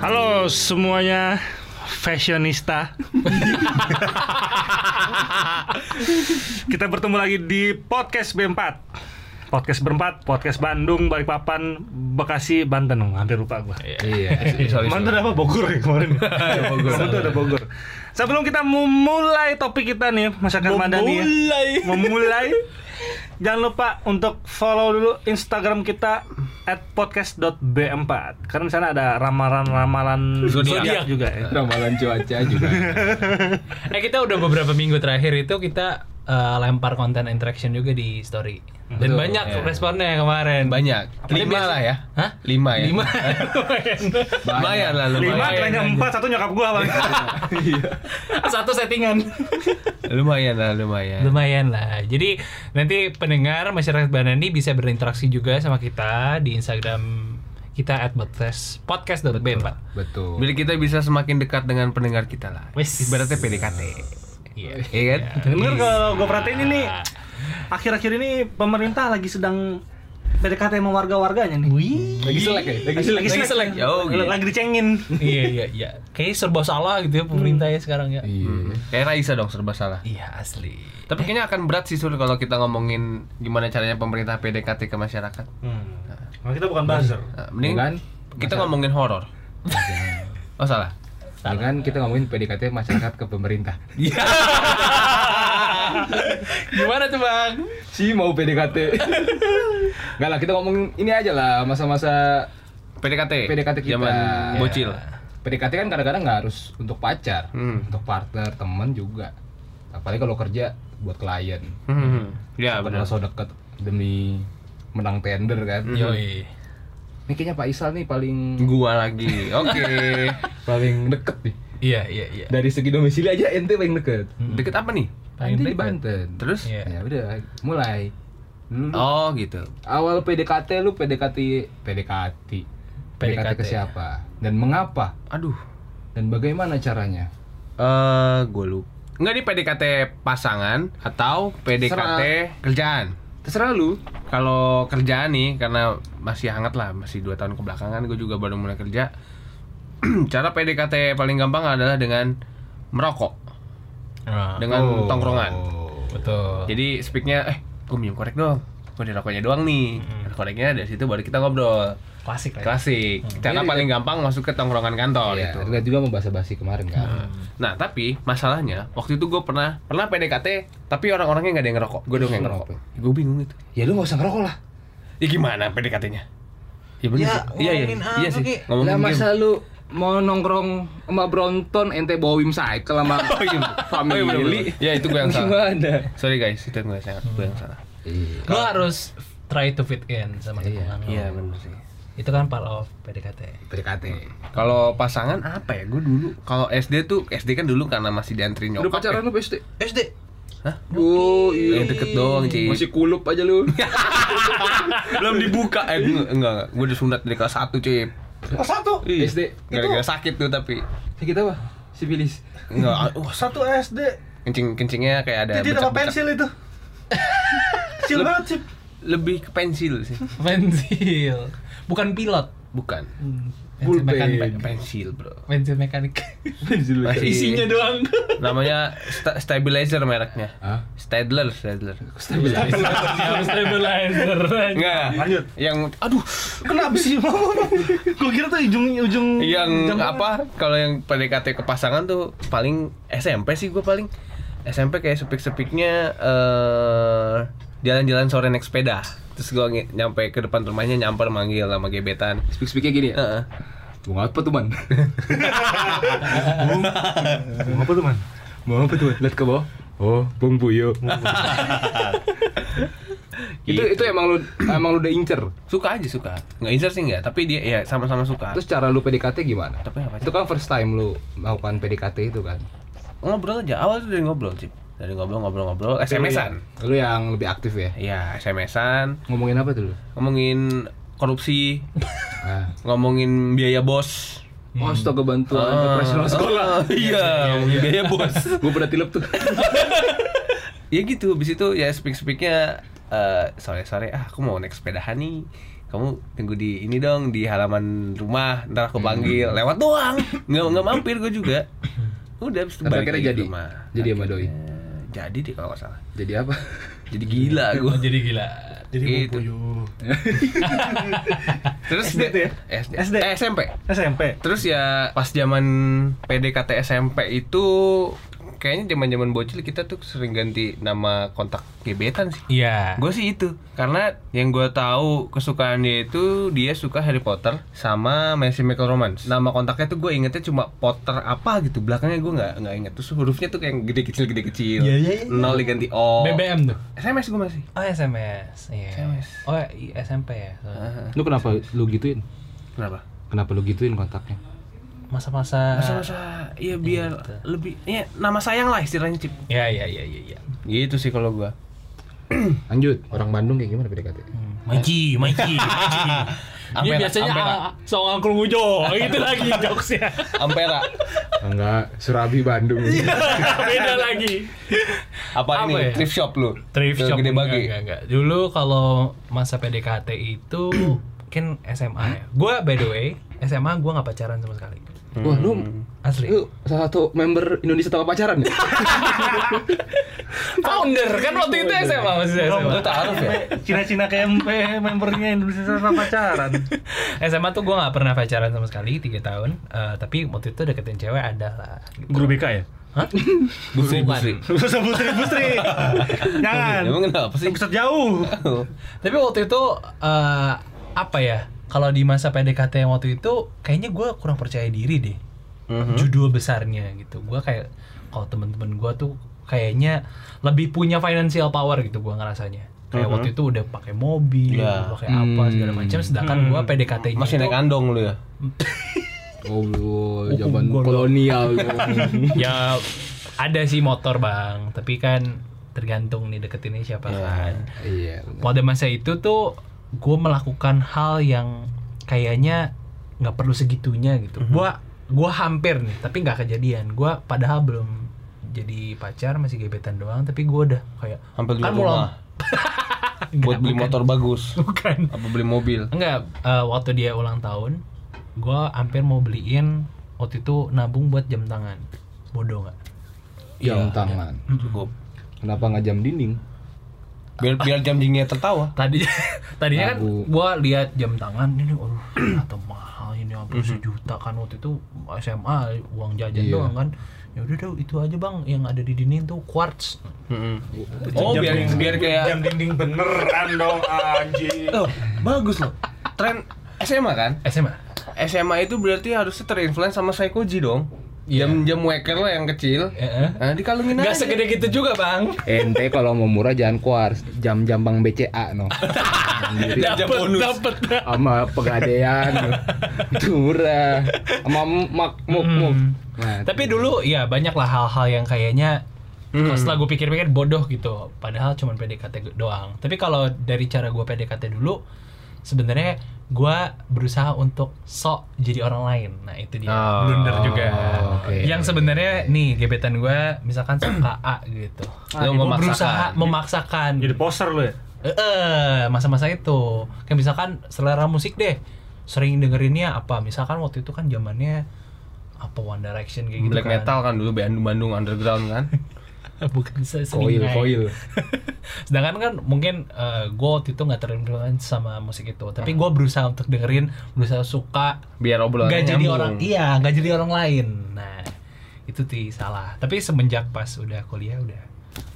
Halo semuanya fashionista. Kita bertemu lagi di podcast B4. Podcast berempat, podcast Bandung, Balikpapan, Bekasi, Banten. Oh, hampir lupa gua. Iya, sorry, Banten apa Bogor ya kemarin? Bogor. Itu ada Bogor. Sebelum kita memulai topik kita nih, masyarakat Madani. ya. Memulai. Jangan lupa untuk follow dulu Instagram kita at podcast.b4 Karena di sana ada ramalan-ramalan Zodiak. zodiak juga ya Ramalan cuaca juga. Eh kita udah beberapa minggu terakhir itu kita eh, lempar konten interaction juga di story. Dan Betul, banyak iya. responnya kemarin. Banyak. Apalagi Lima biasa- lah ya. Hah? Lima ya. Lima. Lumayan lah lumayan. Lima, kerennya empat, satu nyokap gua paling Satu settingan. Lumayan lah lumayan. Lumayan lah. Jadi nanti pendengar masyarakat Banani bisa berinteraksi juga sama kita di Instagram kita at podcast podcast.b4. Betul. Bila kita bisa semakin dekat dengan pendengar kita lah. Wis. Ibaratnya PDKT. Iya. Iya kan? Bener kalau gua perhatiin ini Akhir-akhir ini pemerintah lagi sedang PDKT sama warga-warganya nih Lagi selek ya? Lagi selek. Lagi selek Oh, gitu. Lagi dicengin iya iya iya. Kayaknya serba salah gitu ya pemerintah ya sekarang ya. Hmm. Kayak Raisa dong serba salah. Iya asli. Tapi kayaknya akan berat sih Sul kalau kita ngomongin gimana caranya pemerintah PDKT ke masyarakat. Nah, kita bukan buzzer Nah, mending Bukan. kita ngomongin horor. Oh salah. Dengan kita ngomongin PDKT masyarakat ke pemerintah. Iya. Gimana tuh bang? Si mau PDKT. Enggak lah, kita ngomongin ini aja lah masa-masa PDKT. PDKT kita. Zaman Ya. bocil. PDKT kan kadang-kadang nggak harus untuk pacar, Hmm. untuk partner, temen juga. Apalagi kalau kerja buat klien. Hmm. Ya Iya, benar. Benar so deket demi menang tender kan. Hmm. Iya. Yoi. Ini kayaknya Pak Isal nih paling Gua lagi. Oke. paling deket nih. Iya iya iya. Dari segi domisili aja ente paling deket. Hmm. Deket apa nih? Paling Ente di deket. Banten. Terus? Iya. Ya udah, mulai. Dulu Oh gitu. awal PDKT lu PDKT PDKT PDKT ke siapa dan mengapa Aduh. dan bagaimana caranya Eh, gue lupa. Enggak di PDKT pasangan atau PDKT Serah. kerjaan. terserah lu Kalau kerjaan nih karena masih hangat lah, masih dua tahun kebelakangan gue juga baru mulai kerja. Cara PDKT paling gampang adalah dengan merokok, Ah, dengan tongkrongan. betul. Jadi speaknya eh gue minum korek dong. Gue di rokoknya doang nih. Ada Koreknya dari situ baru kita ngobrol. Klasik lah. ya. Klasik. Cara paling gampang masuk ke tongkrongan kantor Iya, itu. kita juga membahas basi kemarin kan Nah, tapi masalahnya waktu itu gue pernah pernah PDKT, tapi orang-orangnya nggak ada yang ngerokok. Gue dong yang ngerokok. Gue bingung itu. ya lu nggak usah ngerokok lah Ya gimana PDKT-nya? Ya bener Ya, sih. Iya iya. ngomongin Iya apa, sih. Ki? Ngomongin lah game. masa lu mau nongkrong sama Bronton ente bawa Wim Cycle sama Oh, iya, bener, family bener. ya itu gue yang salah. gimana Sorry guys, itu gue yang salah. Gue yang salah. iya Lo harus try to fit in sama lingkungan lo. Iya bener sih. Itu kan part of PDKT. PDKT Kalau pasangan apa ya? Gue dulu kalau SD tuh SD kan dulu karena masih diantri udah nyokap. pacaran lu pasti SD. Oh, ya. iya. Yang deket doang sih. Masih kulup aja lu. belum dibuka. Eh gue enggak, enggak. Gue disunat dari kelas 1, cuy. Kelas satu Ih, SD. Gara-gara sakit tuh tapi. Sakit apa? Sipilis. Enggak, wah, Satu SD kencing kencingnya kayak ada Titik sama bercak-bercak. pensil itu Kecil banget sip lebih ke pensil sih Pensil. Bukan pilot. bukan Pensil Pulpen. mekanik. pensil bro Pensil mekanik. Masih- Isinya doang. namanya sta- stabilizer mereknya Hah? Stadler Stadler Harus stabilizer. enggak Lanjut yang aduh Kenapa sih? Gue kira tuh ujung-ujung yang Iya, apa kalau yang PDKT ke pasangan tuh paling SMP sih gue paling SMP kayak sepik-sepiknya eh, jalan-jalan sore naik sepeda terus gue nge- nyampe ke depan rumahnya nyamper manggil sama gebetan Speak-speaknya gini ya. Heeh. Bunga apa tuh, Man? Apa tuh man? Mau apa tuh? Lihat ke bawah. Oh, Bung Buyo. itu itu emang lu emang lu udah incer. suka aja suka nggak insert sih nggak tapi dia ya sama-sama suka Terus cara lu PDKT gimana? tapi apa Itu kan first time lu melakukan PDKT itu kan. ngobrol aja awal tuh dari ngobrol sih dari ngobrol ngobrol ngobrol SMS-an Lu yang lebih aktif ya. iya SMS-an Ngomongin apa tuh lu? ngomongin korupsi Ah. Oh, ngomongin biaya bos Astaga bantuan Ah, operasional sekolah. ah, iya ngomongin biaya bos Gue pernah tilep tuh. ya gitu habis itu ya speak speaknya eh sore sore ah aku mau naik sepedahan nih kamu tunggu di ini dong di halaman rumah ntar aku panggil lewat doang nggak nggak mampir gue juga udah habis itu balik Tapi akhirnya lagi ke jadi. rumah. Jadi sama doi. Akhirnya jadi deh kalau nggak salah Jadi apa? jadi gila gue jadi gila Jadi Gitu. bumbu terus SD tuh ya? SD, SD. Eh, SMP SMP. terus ya pas zaman PDKT SMP itu kayaknya zaman zaman bocil kita tuh sering ganti nama kontak gebetan sih iya Gue sih itu karena yang gue tahu kesukaan dia itu dia suka Harry Potter sama My Chemical Romance. Nama kontaknya tuh gue ingetnya cuma Potter apa gitu. Belakangnya gue nggak nggak inget. Terus hurufnya tuh kayak gede kecil gede kecil. Iya, iya, iya. Nol diganti O. BBM tuh SMS gue masih. oh SMS iya SMS. oh i- SMP ya Lu kenapa lu gituin? Kenapa? Kenapa lu gituin kontaknya? masa-masa Masa-masa ya biar Iya, lebih ya nama sayang lah istilahnya cip. ya ya ya ya ya Gitu sih kalau gue. Lanjut, Hmm. orang Bandung kayak gimana PDKT? Hmm. Maji, Maji, Maji. Dia Ampera, biasanya ampera. ah, soal angklung ujo, itu lagi jokesnya. Ampera. Enggak, Surabi Bandung. Beda lagi. Apa, Apa ini? ya? Thrift shop lu. Thrift Yang shop gede enggak, bagi. enggak, enggak. Dulu kalau masa PDKT itu mungkin SMA ya. Gua by the way, SMA gua nggak pacaran sama sekali. Wah, lu Asli. lu salah satu member Indonesia tanpa pacaran ya? Founder kan waktu itu SMA masih SMA. Lu taruh ya? Cina-cina KMP membernya Indonesia sama pacaran. SMA tuh gua nggak pernah pacaran sama sekali 3 tahun. Eh, tapi waktu itu deketin cewek ada lah. Gitu. Guru BK ya? Hah? Busri, busri. Bukan Busri, Busri. Jangan. Emang kenapa sih? Bisa jauh. Tapi waktu itu eh, apa ya? Kalau di masa PDKT yang waktu itu kayaknya gue kurang percaya diri deh. Mhm. Judul besarnya gitu. Gue kayak kalau temen-temen gue tuh kayaknya lebih punya financial power gitu gue ngerasanya. Kayak waktu itu udah pakai Mhm. mobil, Iya. Hmm. udah pakai apa segala macam. Sedangkan gue PDKT-nya Masih naik andong lu ya? Oh, lu zaman kolonial. lu. ya ada sih motor bang. Tapi kan tergantung nih deketinnya siapa kan. Iya. pada masa itu tuh gue melakukan hal yang kayaknya nggak perlu segitunya gitu. Mhm. Gua gua hampir nih, tapi nggak kejadian. Gua padahal belum jadi pacar masih gebetan doang, tapi gua udah kayak Hampir jual Kan mau rumah. Nggak, Buat beli bukan. motor bagus. bukan. Apa beli mobil? Enggak, eh, waktu dia ulang tahun, gua hampir mau beliin waktu itu nabung buat jam tangan. Bodoh nggak? Jam tangan. Cukup. Kenapa nggak jam dinding? Biar biar jam dindingnya tertawa. Tadi tadinya kan Nabung. gua lihat jam tangan ini aduh atau mahal ini hampir sejuta kan waktu itu SMA uang jajan Iya. doang kan. Ya udah deh itu aja Bang yang ada di dinding tuh quartz. Oh, biar biar kayak jam dinding beneran dong anjing. Oh, bagus loh. Tren SMA kan? SMA. SMA itu berarti harusnya terinfluence sama Saikoji dong. Jam jam waker lo yang kecil. Heeh. Nah, dikalungin Gak aja. segede gitu juga, Bang. Eh, Ente kalau mau murah jangan keluar jam-jam bank BCA no. Sendiri. Jam bonus. Dapet. sama pegadaian itu murah sama mak muk muk nah, Tapi dulu ya banyak lah hal-hal yang kayaknya Hmm. kalau setelah gue pikir-pikir bodoh gitu. Padahal cuman PDKT doang. Tapi kalau dari cara gue PDKT dulu, sebenarnya gue berusaha untuk sok jadi orang lain. Nah itu dia Oh, blunder juga. oke. Yang sebenarnya nih gebetan gue misalkan suka A gitu. Lu Gua memaksakan. berusaha memaksakan. Jadi poser lu ya? Eh, eh, masa-masa itu kayak misalkan selera musik deh sering dengerinnya apa misalkan waktu itu kan zamannya apa One Direction kayak gitu Black kan. metal kan dulu Bandung Bandung underground kan. bukan se- koil seringai. koil sedangkan kan mungkin gue waktu itu nggak terinfluence sama musik itu tapi gue berusaha untuk dengerin berusaha suka Biar obrolan nggak jadi orang iya nggak jadi orang lain nah itu ti salah tapi semenjak pas udah kuliah udah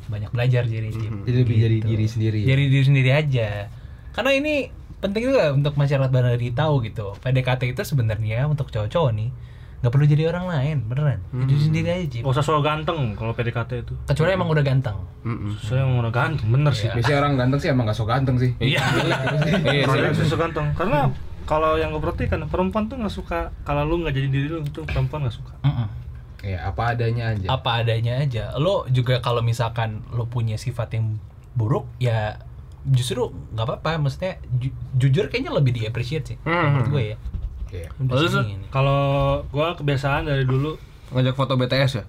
banyak belajar jadi Jim. jadi lebih jadi diri sendiri jadi diri sendiri aja karena ini penting juga untuk masyarakat Bandari tahu gitu PDKT itu sebenarnya untuk cowok-cowok nih nggak perlu jadi orang lain beneran jadi diri sendiri aja Jim. Gak usah soal ganteng kalau PDKT itu. kecuali emang udah ganteng Hmm. Saya mau orang ganteng, bener sih. biasanya orang ganteng sih emang gak sok ganteng sih iya Iya, Orang sih. yang suka ganteng. Karena kalau yang gue perhatikan perempuan tuh nggak suka kalau lu nggak jadi diri lu itu perempuan nggak suka. Mm-mm. ya apa adanya aja apa adanya aja. Lo juga kalau misalkan lo punya sifat yang buruk ya justru nggak apa-apa. Maksudnya ju- jujur kayaknya lebih di-appreciate sih Hmm. menurut gue ya. Iya. Udah Lalu, sini nih. Kalau gua kebiasaan dari dulu Ngajak foto BTS ya.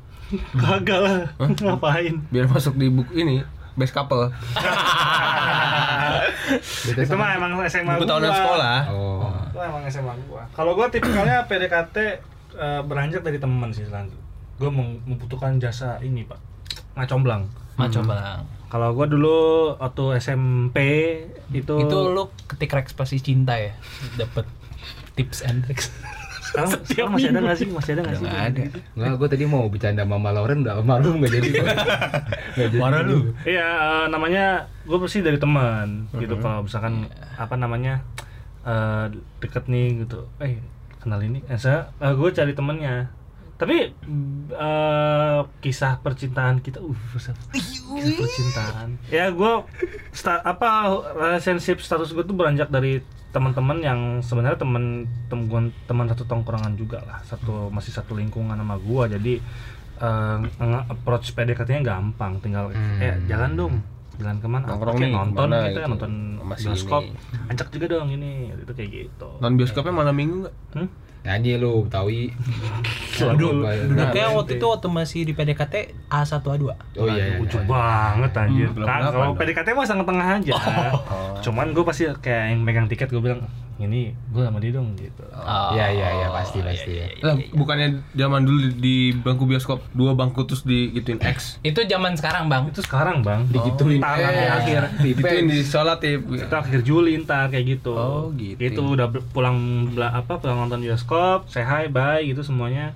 gagal lah ngapain. Biar masuk di buku ini best couple. Beda itu mah sama- emang SMA gua. Buku tahunan sekolah. Oh. Itu emang SMA gua. Kalau gua tipikalnya PDKT eh, beranjak dari teman sih selalu. Gua mem- membutuhkan jasa ini, Pak. Ngacomblang. Maco bang. Kalau gua dulu waktu SMP itu Itu lu ketik ekspresi cinta ya, dapet tips and tricks. sekarang, sekarang masih ada nggak sih? Masih ada nggak sih? ada. Enggak, gue tadi mau bercanda sama Mama Lauren udah malu nggak jadi. Nggak jadi. Marah lu. Iya, eh, namanya gue pasti dari teman gitu kalau misalkan apa namanya eh, deket nih gitu. Eh, kenal ini. Eh, saya gue cari temennya. Tapi eh, kisah percintaan kita uh kisah kisah percintaan. Ya gue apa relationship status gue tuh beranjak dari teman-teman yang sebenarnya teman teman teman satu tongkrongan juga lah satu masih satu lingkungan sama gua jadi eh, nge-approach PDKT-nya gampang tinggal eh jalan dong jalan kemana Hmm. Nongkrong Oke, nih, nonton kemana gitu ya gitu. nonton Sama si bioskop ini. Nah. ajak juga dong ini itu kayak gitu Non bioskopnya malam minggu nggak? Hmm? Nyanyi lu, Betawi. Waduh, Iya, Bayar. Duduknya waktu itu waktu masih di PDKT A1 A2. Oh iya. iya. lucu banget anjir Hmm, belum Oh. Kan, kenapa kalau dong. PDKT mah sangat tengah aja cuman gue pasti kayak yang megang tiket gue bilang ini gue sama dia dong gitu Ya, Iya iya iya pasti pasti. ya. Lah, bukannya zaman dulu di- di bangku bioskop dua bangku terus digituin X. Itu zaman sekarang, Bang. itu sekarang bang Digituin. tangannya Eh, akhir Oh, Digituin Dipens. di sholat ya. Bu. kita akhir Juli ntar kayak gitu Oh, gitu. itu udah ber- pulang bela- apa pulang nonton bioskop say hi bye gitu semuanya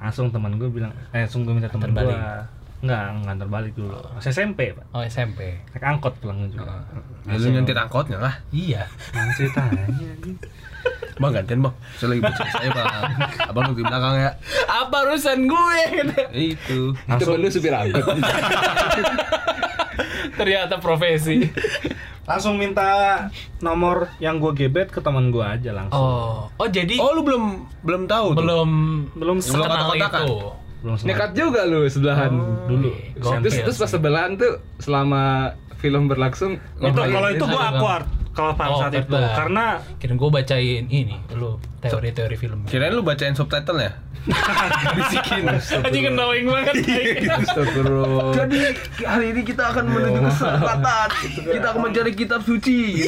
langsung teman gue bilang eh langsung gue minta teman Antar gue balik. nggak ngantar balik dulu Masih SMP pak Oh, SMP. naik angkot pulang juga Ya, lu nyentit angkotnya lah. Iya. Mana ceritanya anjing. Bang gantian bang, saya lagi bucin saya bang. Abang lu di belakang ya. Apa urusan gue? Itu. Itu langsung lu supir angkot. Ternyata profesi. langsung minta nomor yang gue gebet ke teman gue aja langsung Oh, oh jadi Oh lu belum belum tahu tuh? belum belum Belum sempat kenal kotak-kotakan. itu. belum sempat. Nekat juga lu sebelahan. dulu Gokil. Terus terus pas sebelahan tuh selama film berlangsung itu kalau itu kan- gue Bang. awkward kalau pada Oh, saat itu tidak. karena Kirain gue bacain ini lu teori-teori film. Kirain lu bacain subtitle ya? Bisikin. Aji knowing kan. banget. Iya. Astagfirullah. Jadi hari ini kita akan menuju keselatan. Kita akan mencari kitab suci.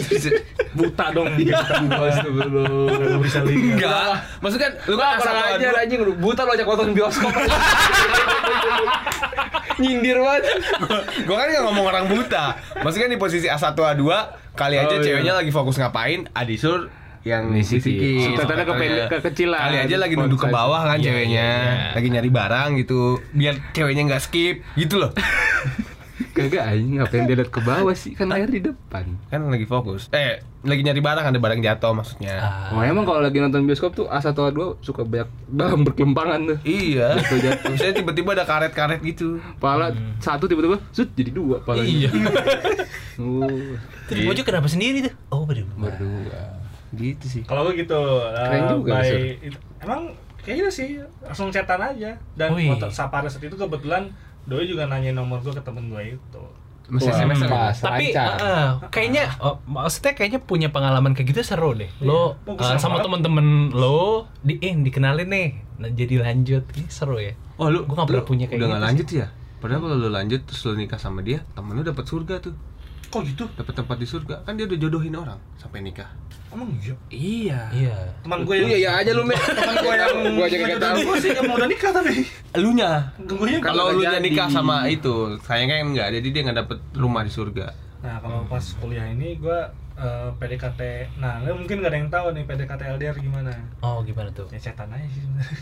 buta dong Iya. gebetan gua. Astagfirullah. Nggak bisa lihat Enggak. Maksudnya lu kan Kurang asal ajar aja. anjing lu buta lu ajak nonton bioskop. Nyindir banget. Gua kan nggak ngomong orang buta. Maksudnya kan di posisi A1 A2 kali aja Oh, iya. ceweknya lagi fokus ngapain, Adisur yang Bisikin. bisikin. Subtitlenya kepe- kekecilan. Kali aja lagi nunduk ke bawah kan Iya, ceweknya, iya, iya. lagi nyari barang gitu, biar ceweknya nggak skip gitu loh. Kagak anjing ngapain dia liat ke bawah sih kan layar di depan. kan lagi fokus. Eh, lagi nyari barang ada barang jatuh Ah. maksudnya. Oh emang kalau lagi nonton bioskop tuh A1 A2 suka banyak barang berkelimpangan tuh. Iya. Jatuh, jatuh. Saya tiba-tiba ada karet-karet gitu. Pala satu tiba-tiba sut jadi dua pala. Iya. Uh, Terus gue juga kenapa sendiri tuh? Oh, berdua. berdua. Gitu sih. Kalau gue gitu, Keren eh, juga, by- Sur. it- emang kayak gitu sih, langsung chatan aja. Dan Wih. waktu Sapara saat itu kebetulan Doi juga nanyain nomor gue ke temen gue itu. Masih Wah, SMS pas, Tapi lancar. eh, eh, kayaknya oh, maksudnya kayaknya punya pengalaman kayak gitu seru deh. Lo Oh, eh, kesan sama banget. temen-temen lo di eh, dikenalin nih. Nah, jadi lanjut. Ini seru ya. Oh, lu Gua nggak pernah lu punya kayak Udah gitu nggak sih. lanjut ya? Padahal kalau lu lanjut terus lu nikah sama dia, temen lu dapat surga tuh. Kok gitu? Dapat tempat di surga. Kan dia udah jodohin orang sampai nikah. Emang iya? Iya. Iya. Teman gue yang... Iya iya aja lu men. Temen gua yang gua aja kagak tahu. Gue sih yang mau udah nikah tapi. Elunya. Gue yang... Iya, Kalau lu nggak udah jadi. nikah sama itu, sayangnya kan enggak. Jadi dia nggak dapet rumah di surga. Nah kalau pas kuliah ini gue eh, PDKT... Nah lu mungkin gak ada yang tahu nih PDKT LDR gimana. Oh, gimana tuh? Ya chatan aja sih sebenarnya.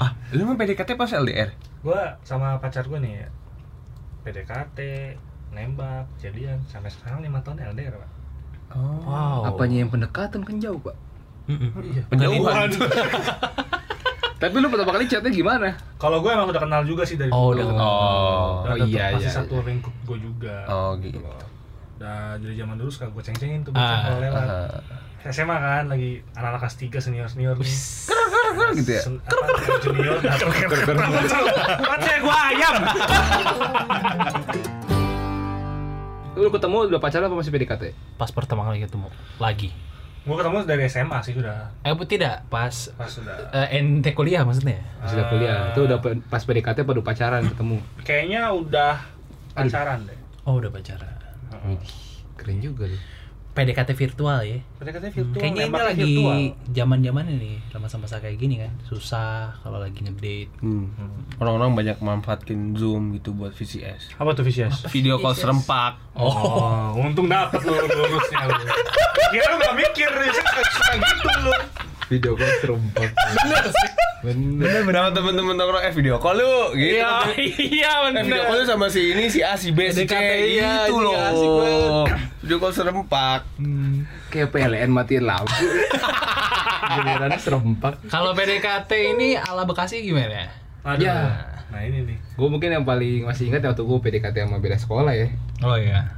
Ah, lu emang PDKT pas LDR? gue sama pacar gue nih ya, PDKT, nembak, jadian. Sampai sekarang 5 tahun LDR pak. Oh. Wow. Apanya yang pendekatan kan jauh, Pak. Iya. Penjauhan. Tapi lu pertama kali chatnya gimana? Kalau gue emang udah kenal juga sih dari Oh, dulu. udah kenal. Oh. Dan Oh, tetep iya, masih iya. satu lingkup gue juga. Oh, gitu. Dan dari zaman dulu suka gue ceng-cengin tuh bocah Ah, kalau lewat. ah. SMA kan lagi anak-anak kelas 3 senior-senior nih. gitu ya? Sen- apa, junior nah. datang. Kenapa salah? Pacar gue ayam. Lu ketemu udah pacaran apa masih PDKT? Pas pertama kali ketemu lagi. Gue ketemu dari SMA sih udah. Eh, bu, tidak. Pas Pas sudah. eh, ente kuliah maksudnya? Sudah kuliah. Itu udah pe- pas PDKT pada pacaran ketemu. Kayaknya udah pacaran deh. Oh, udah pacaran. Keren juga lu. PDKT virtual ya. PDKT virtual. Kayaknya ini nembaknya lagi virtual. zaman-zaman ini masa-masa kayak gini kan. Susah kalau lagi ngedate. Hmm. Orang-orang banyak manfaatin Zoom gitu buat VCS. Apa tuh VCS? Video call serempak. Oh, untung dapat lu lurusnya lu. Kira lu gak mikir, ya suka suka gitu lu. Video call serempak. Bener sih. Bener. Bener temen-temen nongkrong eh video call lu gitu. iya Eh, video call lu sama si ini si A si B si C PDKT, iya, gitu ini loh. asik banget. Video call serempak. Kayak PLN matiin lampu. Gilirannya serempak. Kalau PDKT ini ala Bekasi gimana? Aduh. Ya. Nah, ini nih. Gue mungkin yang paling masih ingat waktu gue PDKT sama beda sekolah ya. Oh iya.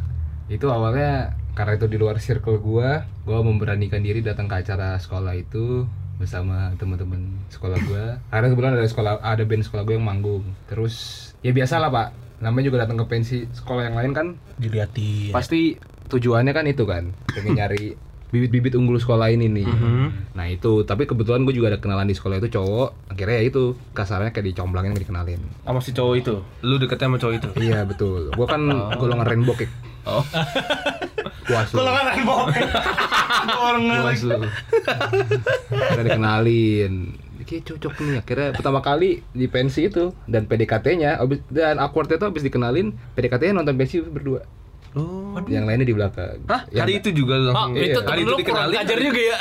Itu awalnya karena itu di luar circle gue, gue memberanikan diri datang ke acara sekolah itu bersama teman-teman sekolah gue. Karena kebetulan ada sekolah ada band sekolah gue yang manggung. Terus ya biasalah pak. Namanya juga datang ke pensi sekolah yang lain kan Diliatin. pasti tujuannya kan itu kan pengen nyari bibit-bibit unggul sekolah ini nih nah itu tapi kebetulan gue juga ada kenalan di sekolah itu cowok akhirnya ya itu kasarnya kayak dicomblangin nggak dikenalin Sama si cowok itu. Lu deketnya sama cowok itu. iya betul gue kan golongan rainbow cake Oh. puasu Kalau kan rainbow. Orang puasu akhirnya dikenalin kayak cocok nih akhirnya pertama kali di pensi itu dan PDKT-nya abis, dan awkwardnya tuh abis dikenalin PDKT-nya nonton pensi berdua yang lainnya di belakang Hah? Yang- Hari itu juga lu langsung. itu Hari Oh. Iya. itu dikenalin. Kan ajar juga ya.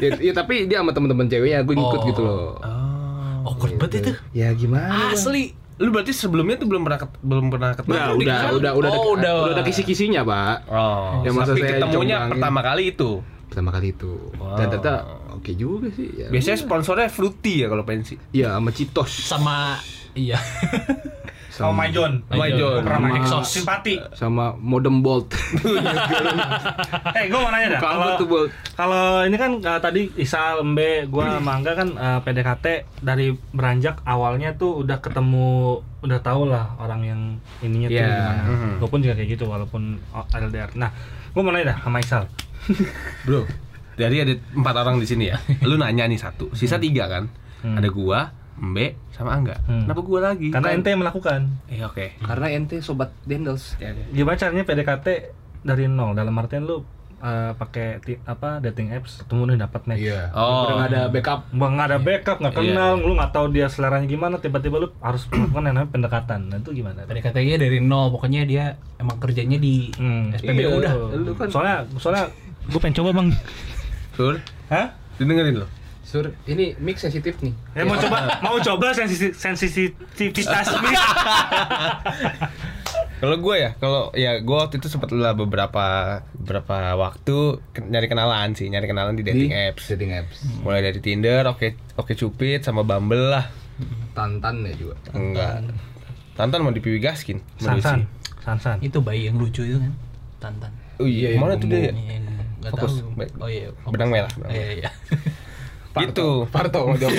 ya, ya, tapi dia sama teman-teman ceweknya gue ngikut Oh. gitu loh Oh. Ah, Oh, banget itu. Ya gimana? Iya. Bang? Asli. Lu berarti sebelumnya tuh belum pernah ket- belum pernah ketemu. kan? Udah, Lu Nah, udah, dikenal. udah, udah, ada, Oh, udah. udah ada kisi-kisinya, Pak. Oh. Ya, masa tapi saya ketemunya comblangin. pertama kali itu. Pertama kali itu. Dan ternyata oke juga sih. Ya. Biasanya sponsornya Fruity ya kalau pensi. Ya, sama Citos. Sama iya. Oh my John. My John. Pernah main Sama- Exos. Simpati. Sama Modem Bolt. Eh, gue mau nanya dah. Kamu Kalau tuh, Bolt. kalau ini kan eh, tadi Isal, Mbe, gue, Mangga kan eh, PDKT dari beranjak awalnya tuh udah ketemu, udah tau lah orang yang ininya tuh Iya. gimana. Mhm. Gue pun juga kayak gitu walaupun oh, LDR. Nah, gue mau nanya dah sama Isal. Bro, dari ada empat orang di sini ya. Lu nanya nih satu, sisa tiga kan? Hmm. Ada gua, Mbe, sama Angga. Hmm. Kenapa gua lagi? Karena Kan- ente yang melakukan. Eh oke. Karena ente sobat Dendels. Ya, ya. Gimana caranya PDKT dari nol? Dalam artian lu eh, pakai ti- apa dating apps ketemu nih dapat match. Oh. Udah nggak ada backup. Bang nggak ada backup, nggak Iya, kenal, lu nggak tahu dia seleranya gimana, tiba-tiba lu harus melakukan yang namanya pendekatan. Nah, itu gimana? PDKT-nya dari nol, pokoknya dia emang kerjanya di Hmm. Eh, SPBU Iya, udah. Lu kan soalnya soalnya gue pengen coba, Bang. Sur, Hah? dengerin lo. Sur, ini mic sensitif nih. Ya mau coba, mau coba sensitif sensitivitas nih. Kalau gue ya, kalau ya gue waktu itu sempat lah beberapa beberapa waktu ke- nyari kenalan sih, nyari kenalan di dating Di apps. Setting apps. Mulai dari Tinder, Oke Oke Cupid sama Bumble lah. Tantan ya juga. Enggak. Tantan mau dipiwi gaskin. mau Sansan, diisi. Sansan. Itu bayi yang lucu itu kan. Tantan. Oh iya, mana tuh dia? Yang enggak tahu. Fokus. Baik. Oh iya. fokus. Benang merah. benang merah. Iya iya. Gitu. Parto mau jawab.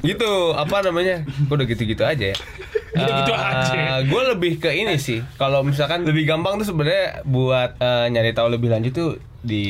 gitu apa namanya gue udah gitu-gitu aja ya Gitu-gitu aja. gue lebih ke ini sih kalau misalkan lebih gampang tuh sebenarnya buat eh, nyari tahu lebih lanjut tuh di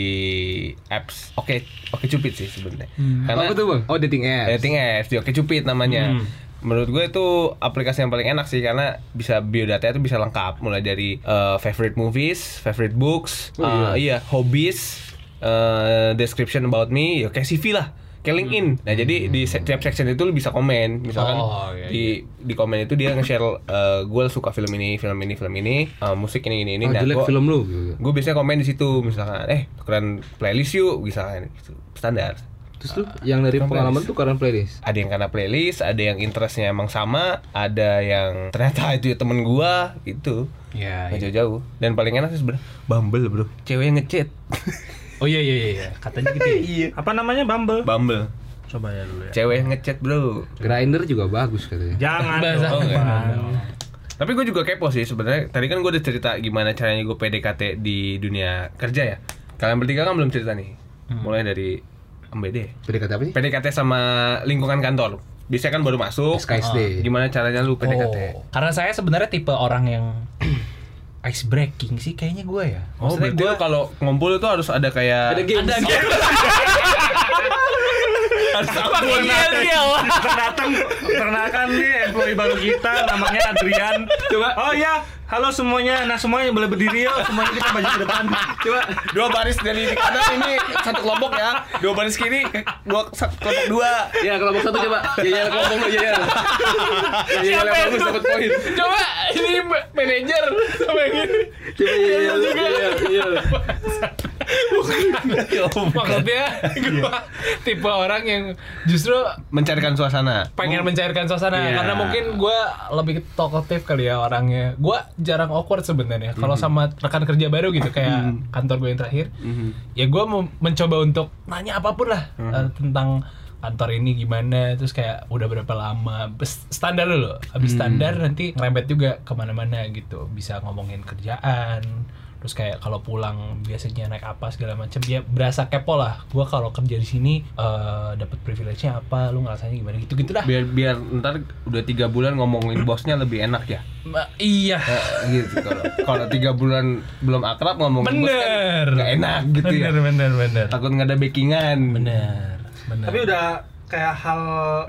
apps oke oke cupid sih sebenarnya karena Apa tuh, Bang? Oh, dating apps. Hmm. dating apps di oke cupid namanya menurut gue itu aplikasi yang paling enak sih karena bisa biodata itu bisa lengkap mulai dari eh, favorite movies favorite books Oh, iya. eh, iya hobbies eh, description about me ya kayak CV lah kayak LinkedIn Hmm. nah jadi di se- tiap section itu lu bisa komen misalkan Oh, iya, di di komen itu dia nge-share eh, gue suka film ini film ini film ini eh, musik ini ini ini Oh, Nah, jelek gua- film lu. gitu. gue biasanya komen di situ misalkan eh keren playlist yuk misalkan gitu. standar Terus lu yang dari pengalaman tuh karena Ah, playlist. ada yang karena playlist ada yang interestnya emang sama ada yang ternyata itu ya temen gua gitu Iya. nggak iya. jauh-jauh dan paling enak sih sebenarnya bumble bro cewek yang ngechat Oh iya iya iya, iya. Katanya gitu. ya. Apa namanya Bumble? bumble Coba ya dulu ya. cewek yang ngechat bro Grinder juga bagus katanya. Jangan Bahasa dong, Oh, enggak. Bang. tapi gue juga kepo sih sebenarnya tadi kan gue udah cerita gimana caranya gue PDKT di dunia kerja ya kalian bertiga kan belum cerita nih mulai dari MBD PDKT apa sih? PDKT sama lingkungan kantor biasanya kan baru masuk SKSD. gimana caranya lu PDKT Oh, karena saya sebenarnya tipe orang yang ice breaking sih kayaknya gue ya. Oh, Maksudnya berarti gua- Iya, gitu. lu kalau ngumpul itu harus ada kayak Ada games. ada gitu. Harus sama dia iya, dia. wah. Terdatang, ternakan nih employee baru kita namanya Adrian. Coba. Oh ya, halo semuanya. Nah semuanya boleh berdiri yuk. Semuanya kita maju ke depan. Coba dua baris dari kanan ini satu kelompok ya. Dua baris kiri dua satu kelompok dua. Ya kelompok satu coba. Ya ya kelompok lu ya ya. Ya ya Siapa bagus itu? dapat poin. Coba ini ma- manajer sama yang ini. Coba ya ya lu, ya ya, ya. Maksudnya gua tipe orang yang justru Mencarikan suasana. pengen mencairkan suasana Iya. karena mungkin gue lebih talkative kali ya orangnya gue jarang awkward sebenarnya kalau sama rekan kerja baru gitu kayak kantor gue yang terakhir ya gue mencoba untuk nanya apapun lah eh, tentang kantor ini gimana terus kayak udah berapa lama Bes- standar dulu habis standar nanti ngerembet juga kemana-mana gitu bisa ngomongin kerjaan terus kayak kalau pulang biasanya naik apa segala macam dia berasa kepo lah gue kalau kerja di sini eh, dapat privilege-nya apa lu ngerasanya gimana gitu gitu dah Biar biar ntar udah tiga bulan ngomongin bosnya lebih enak ya. Ma- iya Eh, gitu kalau kalau tiga bulan belum akrab ngomongin bos kan bener nggak enak gitu ya. bener bener bener Takut nggak ada backingan. bener bener Tapi udah kayak hal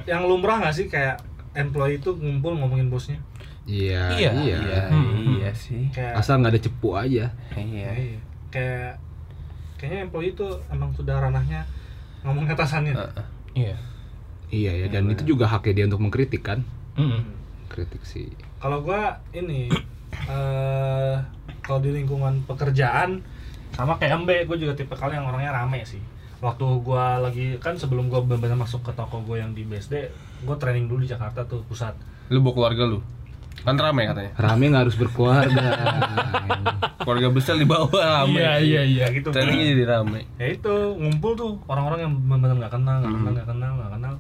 yang lumrah nggak sih kayak employee itu ngumpul ngomongin bosnya. Iya. Iya. Iya. iya sih. Kayak Asal nggak ada cepu aja. Iya. Iya. kayak kayaknya employee itu emang sudah ranahnya ngomong ke atasannya. iya Iya ya dan itu juga haknya dia untuk mengkritik kan. Mm-mm. Kritik sih. Kalau gua ini eh kalau di lingkungan pekerjaan sama kayak Embe, gua juga tipe kali yang orangnya rame sih. Waktu gua lagi kan sebelum gua benar-benar masuk ke toko gua yang di BSD, gua training dulu di Jakarta tuh pusat. Lu bawa keluarga lu. Kan rame katanya. Rame nggak harus berkeluarga. Keluarga besar dibawa rame. iya iya iya Ya gitu. Trainingnya jadi rame. Ya itu ngumpul tuh orang-orang yang benar-benar nggak kenal, nggak Hmm. kenal, nggak kenal, nggak kenal.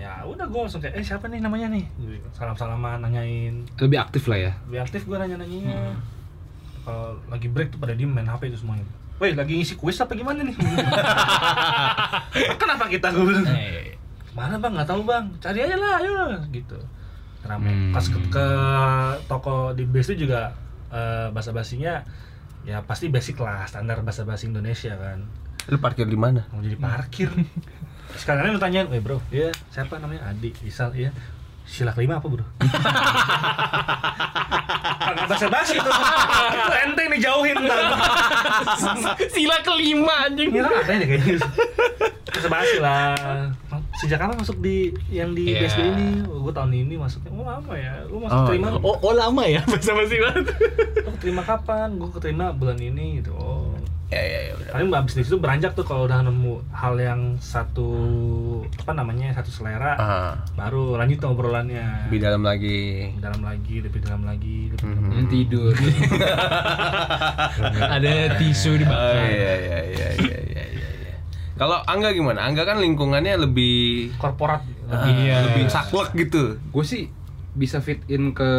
Ya udah gua langsung kayak eh siapa nih namanya nih? Salam-salaman nanyain. Lebih aktif lah ya. Lebih aktif gua nanya-nanyanya. Kalau lagi break tuh pada diem main HP itu semuanya. Weh, lagi ngisi kuis apa gimana nih? Kenapa kita gue bilang? Eh, mana bang nggak tahu bang cari aja lah ayo lah." gitu rame Hmm. pas ke, ke toko di base itu juga bahasa basinya ya pasti basic lah standar bahasa basi Indonesia kan Lu parkir di mana? mau jadi parkir sekalian lu tanyain eh bro ya siapa namanya Adi Isal ya sila kelima apa bro bahasa basi itu Itu enteng dijauhin ntar sila kelima anjing Ngira ada ya kayaknya Terus basi lah Sejak kapan masuk di yang di Iya. BSD ini? Oh, gue tahun ini masuknya Oh lama ya, lu masuk Oh, terima iya. Oh, oh lama ya bersama sila lu terima kapan? Gue keterima bulan ini gitu Oh Ya ya ya. udah. Paling abis dari situ beranjak tuh kalau udah nemu hal yang satu apa namanya satu selera Ah, baru lanjut tuh obrolannya lebih dalam lagi. Lebih dalam lagi lebih dalam lagi lebih dalam Mhm. Yang tidur. ada tisu di Oh, bawah iya iya iya iya iya iya. iya. Kalau Angga gimana? Angga kan lingkungannya lebih korporat ah, Iya. lebih saklek gitu. gue sih bisa fit in ke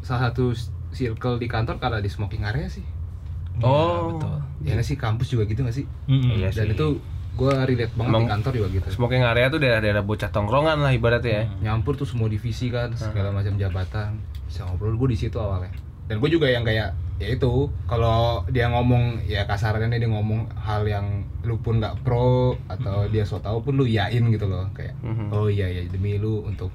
salah satu s- circle di kantor karena di smoking area sih Oh. Iya, betul. ya nggak sih kampus juga gitu nggak sih Mm-mm. Iya dan sih. itu gue relate banget Emang- di kantor juga Iya. gitu Smoking area tuh daerah-daerah bocah tongkrongan lah ibaratnya ya. Hmm. nyampur tuh semua divisi kan segala macam jabatan bisa ngobrol gue di situ awalnya dan gue juga yang kayak ya itu kalau dia ngomong ya kasarannya dia ngomong hal yang lu pun nggak pro atau dia so tau pun lu yain gitu loh kayak Mhm. oh iya ya demi lu untuk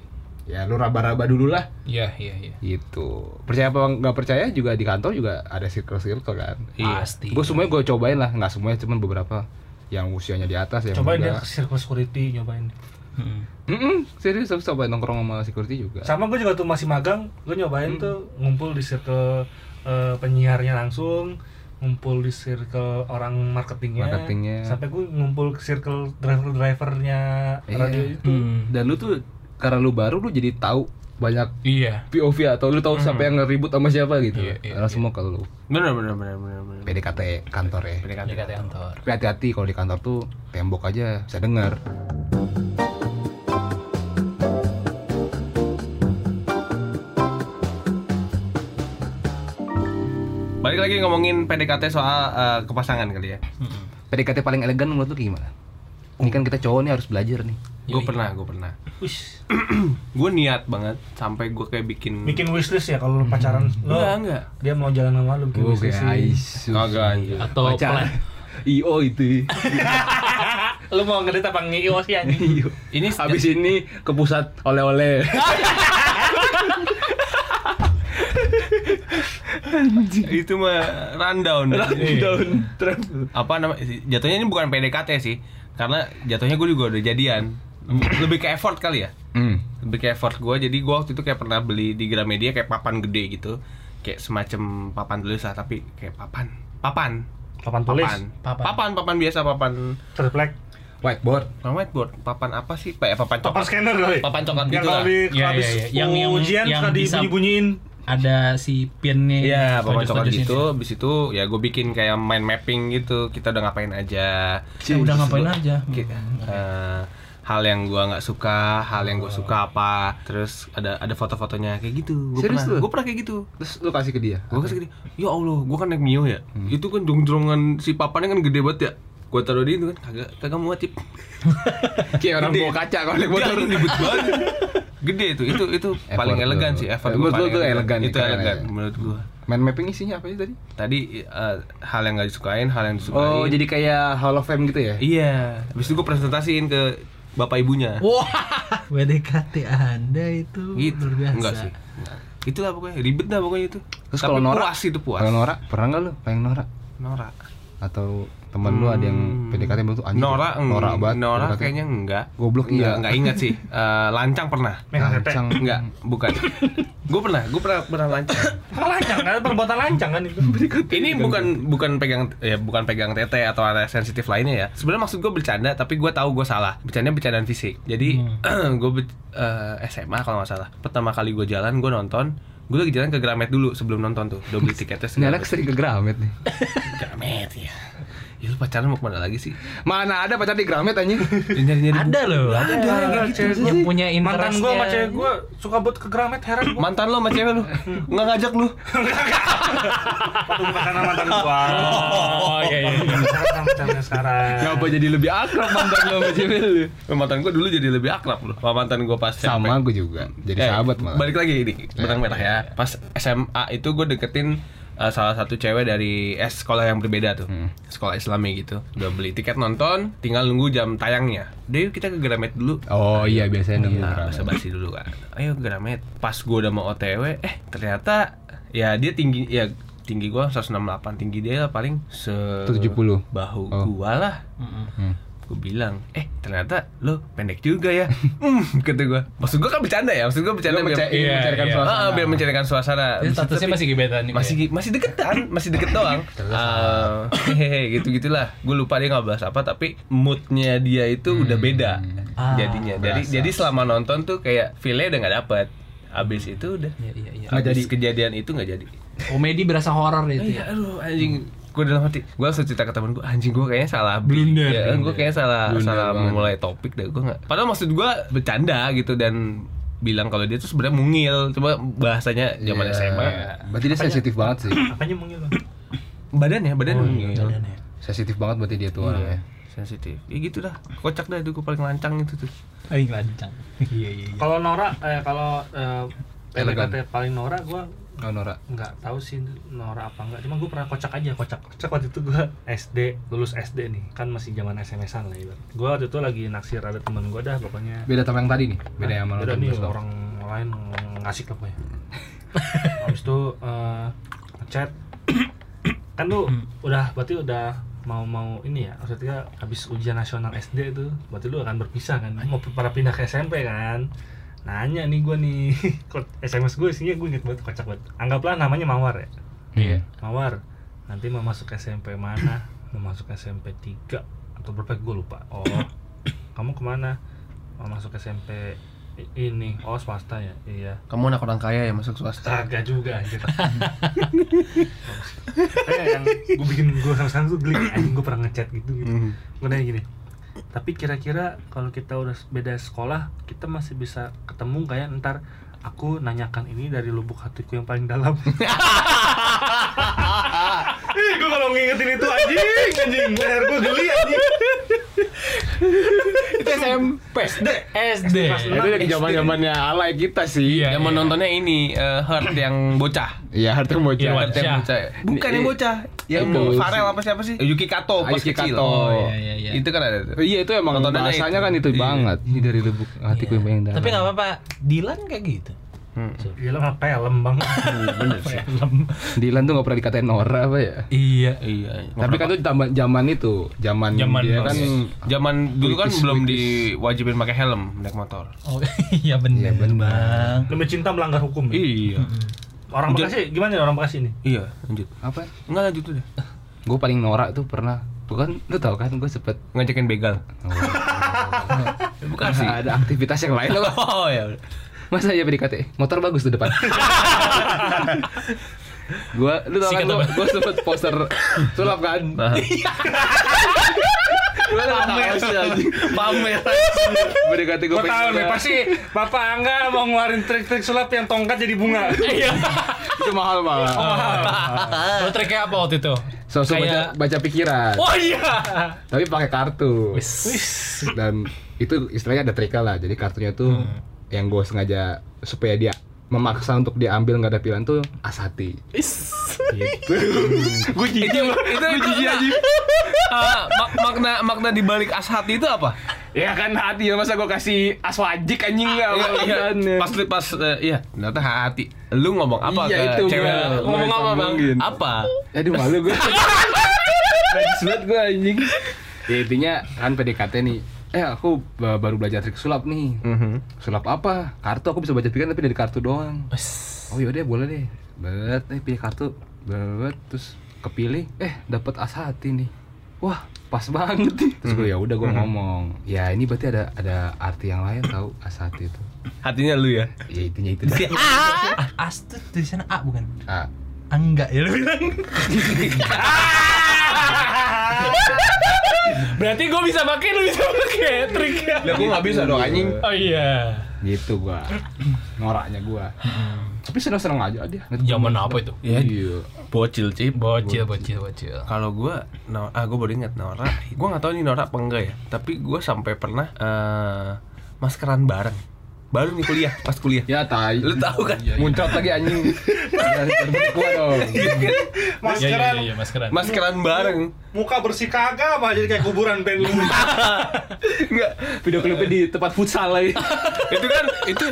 ya lu raba-raba dulu lah iya iya iya gitu percaya apa nggak percaya juga di kantor juga ada circle circle kan Iya. Pasti. gue semuanya gue cobain lah nggak semuanya cuman beberapa yang usianya di atas ya cobain dia ke circle security nyobain serius tapi cobain nongkrong sama security juga sama gue juga tuh masih magang gue nyobain tuh ngumpul di circle eh, penyiarnya langsung ngumpul di circle orang marketingnya, Marketingnya. sampai gue ngumpul ke circle driver drivernya Iya. radio itu dan lu tuh karena lu baru lu jadi tahu banyak iya POV atau lu tahu siapa yang ngeribut sama siapa gitu Iya, iya, karena semua kalau lu Bener bener bener bener bener. PDKT kantor ya PDKT. dekat kantor tapi hati-hati kalau di kantor tuh tembok aja bisa dengar Balik lagi ngomongin PDKT soal eh, kepasangan kali ya. PDKT paling elegan menurut lu kayak gimana ini kan kita cowok nih harus belajar nih Gue pernah, gue pernah. Wih, gue niat banget sampai gue kayak bikin. bikin wishlist ya kalau lu pacaran lo Enggak enggak. dia mau jalan sama lu bikin Oke, wishlist sih. Aisyah. Kagak anjir. atau Pacaran. plan IO itu Lu mau ngedit apa ngiyo sih anjing? Ini Habis ini ke pusat oleh-oleh. itu mah rundown. Iya. Down travel. Apa nama jatuhnya ini bukan PDKT sih. Karena jatuhnya gue juga udah jadian. Lebih ke effort kali ya. Hmm. Lebih ke effort gue. Jadi gue waktu itu kayak pernah beli di Gramedia kayak papan gede gitu. Kayak semacam papan tulis lah tapi kayak papan. Papan. Papan tulis, Papan. Papan. Papan, papan biasa, papan triplek, Whiteboard. Papan whiteboard, papan apa sih? Pak, papan papan coklat. scanner kali. Papan coklat Yang gitu kalau lah. di Iya, kalau habis iya, iya. Yang- yang- ujian yang suka bisa- dibunyi-bunyiin. Ada si pinnya. Iya, pokoknya pokoknya coklat gitu. Abis itu ya gue bikin kayak mind mapping gitu. Kita udah ngapain aja. Ya udah ngapain Terus aja. gua- Hmm, Ki- eh, hal yang gua nggak suka, hal yang gue Oh. suka apa. Terus ada ada foto-fotonya kayak gitu. Gue Serius pernah, lu? gue pernah kayak gitu. Terus lu kasih ke dia. Gue kasih gini, ya Allah, gue kan naik Mio ya. Hmm. Itu kan jongjongan si papannya kan gede banget ya. Gue taruh di itu kan kagak kagak muat Cip. Kayak orang Gede. bawa kaca kalau naik Dia motor. ribut banget. Gede itu, itu itu Effort paling tuh. elegan sih effort gua Menurut lu paling tuh elegan ya, Itu keren elegan ya. menurut gua. Mind mapping isinya apa sih tadi? Tadi eh, hal yang nggak disukain, hal yang disukain. Oh, jadi kayak Hall of Fame gitu ya? Iya. Habis itu gua presentasiin ke bapak ibunya. Wah, WDKT Anda itu gitu. luar biasa. Enggak sih. Enggak. Itulah pokoknya ribet dah pokoknya itu. Terus Tapi kalau norak? puas itu puas. Kalau norak, pernah nggak lu pengen norak? Norak. Atau teman lu ada yang PDKT baru tuh anjing. Norak, tuh, norak banget. Norak PDKT. mm, kayaknya enggak. Goblok enggak, iya. Enggak ingat sih. Eh, lancang pernah. Megang tete. Lancang. Enggak, bukan. gue pernah, gue pernah pernah lancang. Apa lancang kan perbuatan lancang kan itu. Ini bukan bukan pegang ya bukan pegang tete atau area sensitif lainnya ya. Sebenarnya maksud gue bercanda, tapi gue tahu gue salah. Bercanda bercandaan fisik. Jadi gue be- eh, SMA kalau nggak salah. Pertama kali gue jalan, gue nonton. Gue lagi jalan ke Gramet dulu sebelum nonton tuh. Udah beli tiketnya. Ini segala anak sering ke Gramet nih. macam. Gramet ya. Ya lu pacaran mau kemana lagi sih? Mana ada pacar di Gramet anjing? Nyari nyari Ada loh. Ada yang kayak gitu sih. Yang punya Mantan gua sama interestnya. cewek gua suka buat ke Gramet heran gua. mantan lo sama cewek lu nggak ngajak lu Tuh karena mantan gua. Oh, iya iya. iya. Sekarang mantannya sekarang. Kenapa jadi lebih akrab mantan lu sama cewek lu? mantan gue dulu jadi lebih akrab loh sama mantan gue pas SMP. Sama gue juga. Jadi Eh, sahabat malah. Iya, Balik lagi ini, benang merah ya. Pas SMA itu gue deketin uh, salah satu cewek dari eh, sekolah yang berbeda tuh. Hmm. Sekolah Islami gitu. Udah beli tiket nonton, tinggal nunggu jam tayangnya. Udah yuk kita ke Gramet dulu. Oh iya biasanya nunggu Nah, Gramet. bahasa basi dulu kan. Ayo ke Gramet. Pas gue udah mau OTW, eh ternyata ya dia tinggi ya tinggi gua 168 tinggi dia paling se 170. bahu Oh. gua lah Hmm. gue bilang eh ternyata lo pendek juga ya hmm kata gue maksud gue kan bercanda ya maksud gue bercanda Lu menca- biar ingin Iya, mencarikan iya. suasana. Ah, ah, biar menceritakan suasana Jadi Abis itu statusnya tapi- masih gebetan juga ya. masih masih deketan masih deket doang Ah, hehehe gitu gitulah gue lupa dia nggak bahas apa tapi moodnya dia itu udah beda Ah, jadinya jadi berasa. jadi selama nonton tuh kayak feelnya udah nggak dapet abis itu udah Iya iya iya. abis kejadian itu nggak jadi Komedi berasa horor itu. ya. Iya, aduh anjing gue dalam hati gue langsung cerita ke temen gue anjing gue kayaknya salah beli. Blunder, ya, blunder. gue kayaknya salah Blunder salah banget. memulai topik deh gue nggak padahal maksud gue bercanda gitu dan bilang kalau dia tuh sebenarnya mungil coba bahasanya zaman Iya. SMA Berarti ya? dia sensitif banget sih. Apanya mungil Bang? badannya badan Oh, mungil iya. ya. Sensitif banget berarti dia tuh orangnya. sensitif ya gitu dah kocak dah itu gue paling lancang itu tuh Aing lancang. Oh, Iya iya iya. Kalau Nora eh kalau eh, Elegan. PDKT paling Nora gua Oh, Nora. nggak tahu sih Nora apa enggak cuma gue pernah kocak aja kocak kocak waktu itu gue SD lulus SD nih kan masih zaman SMS-an lah ibarat gue waktu itu lagi naksir ada temen gue dah pokoknya Beda sama yang tadi nih. Beda yang sama beda nonton nih bioskop. orang lain ngasik lah pokoknya habis itu eh, ngechat kan lu udah berarti udah mau mau ini ya maksudnya habis ujian nasional SD itu berarti lu akan berpisah kan mau pada pindah ke SMP kan nanya nih gue nih kok SMS gue isinya gue inget banget kocak banget anggaplah namanya Mawar ya Iya. Mawar, nanti mau masuk SMP mana? Mau masuk SMP 3 atau berapa gue lupa. Oh, kamu kemana? Mau masuk SMP i- ini. Oh, swasta ya? Iya. kamu anak orang kaya ya masuk swasta Kagak juga anjir. Kayak yang gue bikin gue sama sekarang tuh geli anjing gue pernah ngechat gitu gitu. Gue nanya gini. Tapi kira-kira kalau kita udah beda sekolah, kita masih bisa ketemu kayak ntar aku nanyakan ini dari lubuk hatiku yang paling dalam. Ih, gue kalau ngingetin itu anjing, anjing. Leher gue geli anjing. Itu SMP. SD. SD. Itu dari zaman zamannya alay kita sih. Yang menontonnya ini eh, Hurt yang bocah. Iya, harta mau Iya, jalan. Hurt yang Bocah. bocah. Iya. Bukan yang bocah, yang Itu si- Farel apa siapa sih? Yuki Kato pas Yuki kecil. Kato. Oh, iya, iya, iya. Itu kan ada. tuh. Iya, itu emang Tontonannya bahasanya itu. kan itu Iya. banget. Ini dari lubuk hatiku Iya. yang dalam. Tapi nggak apa-apa. Dilan kayak gitu. Hmm. Gila mah film bang. Bener sih. Film. Dilan tuh nggak pernah dikatain Nora apa ya? Iya. Iya. Tapi kan itu zaman zaman itu, zaman, Zaman dia pas. kan Zaman dulu kan British, belum British. diwajibin pakai helm naik motor. Oh iya benar. Iya, bener. Bang. Demi cinta melanggar hukum. ya? Iya. Orang Bekasi gimana ya orang Bekasi ini? Iya, lanjut. apa? Enggak lanjut tuh deh. Gue paling norak tuh pernah. Bukan lu tau kan gue sempet Ngajakin begal. Bukan sih. ada aktivitas yang lain loh. Oh iya. ya. Masa aja PDKT? Motor bagus tuh depan. gua lu tau kan Sikat gua, apa? gua sempet poster sulap kan. Nah, Gua udah tahu sih anjing. pamer. PDKT gua Gue tahu nih pengen- pasti Bapak Angga mau ngeluarin trik-trik sulap yang tongkat jadi bunga. itu mahal banget. Lo Ah. triknya apa waktu itu? Sosok Kayak- baca, baca pikiran. Oh iya. Tapi pakai kartu. Dan itu istilahnya ada triknya lah. Jadi kartunya tuh yang gue sengaja supaya dia memaksa untuk diambil nggak ada pilihan tuh asati. Gue jijik. Itu itu jijik aja. makna makna di balik ashati itu apa? Ya kan hati ya masa gue kasih aswajik anjing nggak? Iya, iya. Apaan ya? Pas pas eh, iya, ternyata hati. Lu ngomong apa Iya, ke itu cewek? gua- lu? Ngomong gua apa, Bang? sambungin. Apa? Aduh malu gue. Najis banget gue anjing. Ya intinya kan PDKT nih. Eh aku ba- baru belajar trik sulap nih. Mhm. Sulap apa? Kartu aku bisa baca pikiran tapi dari kartu doang. Oh yaudah boleh deh. Bet, eh pilih kartu. Bet, terus kepilih. Eh dapat as hati nih. Wah pas banget nih. Terus gue ya udah gue Mm-hmm. ngomong. Ya ini berarti ada ada arti yang lain tahu as hati itu. Hatinya lu ya. Ya intinya itu. Si dah. A. As tuh Ah. tulisannya A bukan? Ah. Angga ya lu bilang. Berarti gue bisa pakai lu bisa pakai triknya. Lah gua enggak bisa dong anjing. Oh iya. gitu gua noraknya gua Mm-hmm. tapi seneng-seneng aja dia Iya, Zaman apa itu? Ya, iya bocil cip. Bocil, bocil, bocil. Kalau gua, no, ah gue baru ingat Nora. Gua nggak tahu ini Nora apa enggak ya. Tapi gua sampai pernah eh, maskeran bareng. Baru nih kuliah, pas kuliah. ya tai Lu tahu kan? muncrat lagi anjing Ya, gua dong Iya, Maskeran iya, maskeran. Maskeran bareng. muka bersih kagak apa jadi kayak kuburan band lu. Enggak. video klipnya di tempat futsal lagi Itu kan itu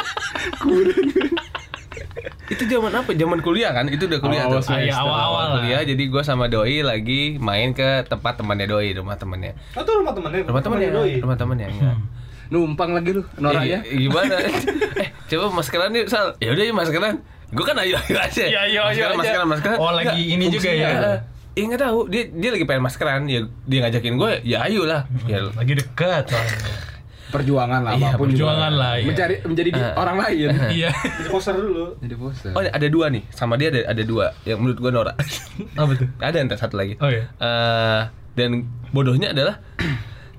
itu zaman apa? Zaman kuliah kan? Itu udah kuliah Awal tuh. semester. Iya, awal-awal lah. kuliah. Jadi gua sama doi lagi main ke tempat temannya doi, rumah temannya. Oh tuh rumah temennya. Rumah temannya, doi. rumah temannya enggak. numpang lagi lu norak ya Eh, gimana? eh, coba maskeran yuk, Sal. Ya udah yuk maskeran. Gue kan ayo ayo aja. Iya, iya, ayo maskeran, aja. maskeran, maskeran. Oh, lagi Nggak, ini juga ya? fungsinya, eh, Iya nggak tahu. Dia dia lagi pengen maskeran. Ya dia ngajakin gue, ya ayo lah. Ya, Lagi dekat. perjuangan lah Iya, Eh. apapun juga. perjuangan lah, iya. mencari menjadi di- orang lain Iya. Jadi poster dulu. jadi bosan oh ada dua nih. Sama dia ada ada dua. Yang menurut gue norak. Apa tuh? ada ntar satu lagi. Oh, iya. Eh, dan bodohnya adalah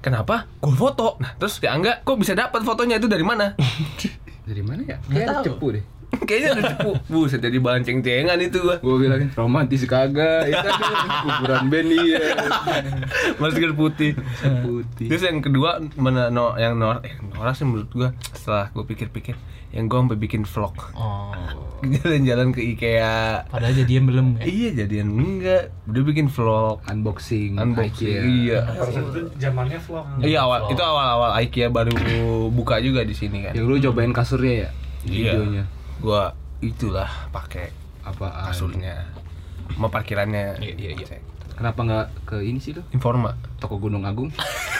kenapa gue foto? Nah terus ya Angga, kok bisa dapat fotonya itu dari mana? dari mana ya kayak ada tahu. cepu deh Kayaknya ada cepu. Buset jadi bahan ceng-cengan itu gue. gua bilangin romantis kagak ya kan kuburan band iya Masker putih. putih Terus yang kedua mana no, yang Nora eh, Nora sih menurut gua setelah gua pikir-pikir yang gua sampai bikin vlog Oh. jalan-jalan ke IKEA. Padahal jadian belum ya. Iya jadian enggak, udah bikin vlog unboxing IKEA. unboxing. Iya. Harusnya itu zamannya vlog. Iya awal itu awal-awal IKEA baru buka juga di sini kan. yang lu cobain kasurnya ya Iya, Iya. videonya Gua itulah pakai apa ah, kasurnya sama parkirannya. Iya, iya, iya. Kenapa nggak ke ini sih lo? Informa. Toko Gunung Agung?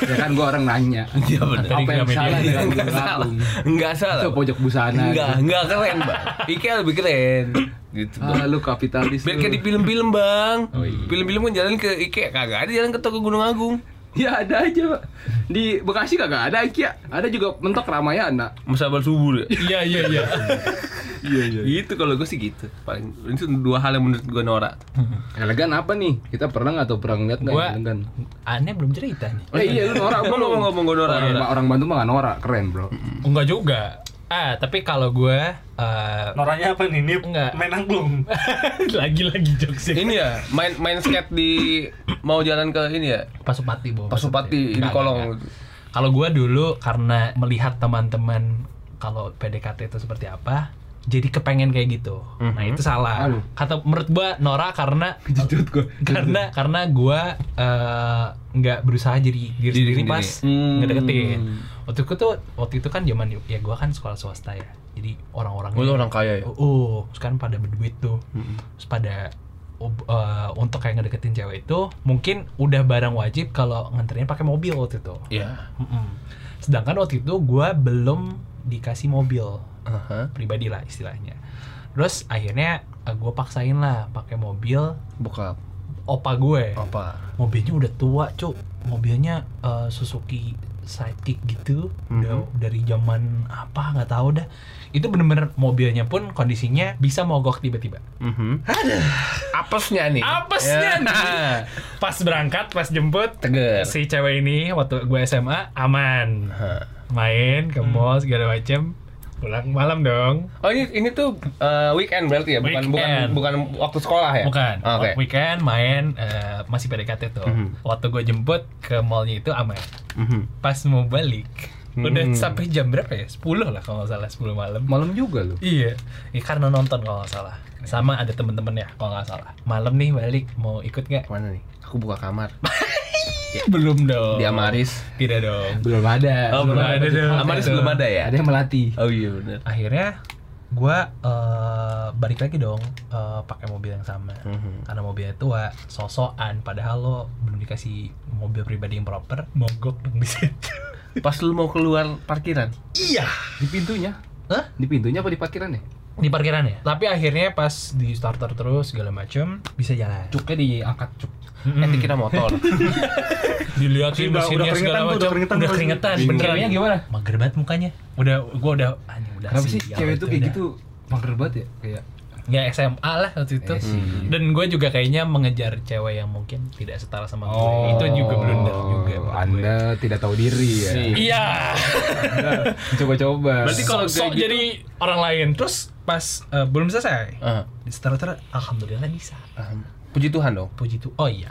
ya kan gua orang nanya. Iya benar. Apa yang Gramedia. salah dengan Enggak Gunung salah. Agung? Enggak Itu salah. pojok busana. Enggak, enggak keren, Bang. IKEA lebih keren. Gitu. Bang. Ah, lu kapitalis. Biar lu. kayak di film-film bang Oh, iya. Film-film kan jalan ke IKEA Kagak ada jalan ke toko Gunung Agung Ya ada aja, Pak. Di Bekasi kagak ada IKEA. Ada juga mentok Ramayana. Musabal subur ya Iya, iya, iya. Iya, Gitu kalau gue sih gitu Paling itu dua hal yang menurut gue norak Elegan apa nih? Kita pernah nggak atau pernah ngeliat nggak Gua- elegan? Aneh belum cerita nih. Oh, Eh iya, lu norak Gue belum? ngomong ngomong gue iya, norak, Orang, norak. orang Bantu mah nggak norak, keren bro. Enggak juga. Ah, tapi kalau gue eh, Noranya apa nih? Nip Enggak. main angklung. lagi-lagi jokesnya. Ini ya main main skate di Mau jalan ke ini ya Pasupati bawa Pasupati di Enggak, enggak, kolong enggak. Kalau gua dulu karena melihat teman-teman kalau PDKT itu seperti apa, jadi kepengen kayak gitu. Nah itu salah. Aduh. Kata menurut gua Nora karena Jujur gue. karena karena gua eh, nggak berusaha jadi diri sendiri sendiri. pas Hmm. ngedeketin. Waktu itu tuh waktu itu kan zaman ya gua kan sekolah swasta ya. Jadi orang-orang Gue orang kaya ya. Oh, oh, terus kan pada berduit tuh. Terus pada ob- eh, untuk kayak ngedeketin cewek itu mungkin udah barang wajib kalau nganterinnya pakai mobil waktu itu. Iya. Mm-mm. Sedangkan waktu itu gua belum dikasih mobil Aha. pribadi lah istilahnya. Terus akhirnya eh, gua paksain lah pakai mobil Bokap. opa Oh. gue. Apa? Mobilnya udah tua, Cuk. Mobilnya eh, Suzuki Sidekick gitu. Mhm. Udah dari zaman apa nggak tahu dah. Itu bener-bener mobilnya pun kondisinya bisa mogok tiba-tiba. Mhm. Apesnya nih. Ya. Apesnya nih. Pas berangkat, pas jemput Tegar. si cewek ini waktu gue SMA aman. Hah. Main ke mall segala macem pulang malam dong Oh ini ini tuh eh, weekend berarti ya, bukan Weekend. bukan bukan waktu sekolah ya? bukan Oke. weekend main eh, masih PDKT tuh Mhm. waktu gue jemput ke mallnya itu aman Mhm. pas mau balik udah Hmm. sampai jam berapa ya 10 lah kalau nggak salah 10 malam Malam juga lo. iya ya, karena nonton kalau nggak salah sama ada temen-temen ya kalau nggak salah malam nih balik mau ikut nggak Mana nih? Aku buka kamar belum Iya. dong di Amaris. tidak dong Belum ada. Oh, belum ada dong. Amaris Itu. belum ada ya? Ada yang melatih. Oh iya benar. akhirnya gua eh, balik lagi dong eh, pakai mobil yang sama Mhm. karena mobilnya tua sosokan padahal lo belum dikasih mobil pribadi yang proper mogok dong di situ Pas lu mau keluar parkiran. iya Di pintunya. Hah? Di pintunya apa di parkiran ya? di parkiran ya tapi akhirnya pas di starter terus segala macem bisa jalan Cuknya diangkat cuk. Mhm. Eh dikira motor. Sih, dilihatin udah- mesinnya udah keringetan segala tuh, udah macam keringetan udah tuh. keringetan Bingung. benerannya Ceweknya gimana? mager banget mukanya udah gua udah anjing udah Kenapa sih sial cewek itu kayak udah. gitu? Mager banget ya kayak. ya SMA lah waktu itu Eh, sih. dan gue juga kayaknya mengejar cewek yang mungkin tidak setara sama gue Oh. itu juga blunder juga menurut gue. Oh. Anda tidak tahu diri ya. iya Anda Coba-coba. Berarti kalau kayak sok gitu- jadi orang lain terus pas eh, belum selesai Ah, di starter alhamdulillah bisa ah. Puji Tuhan dong. puji tuh oh iya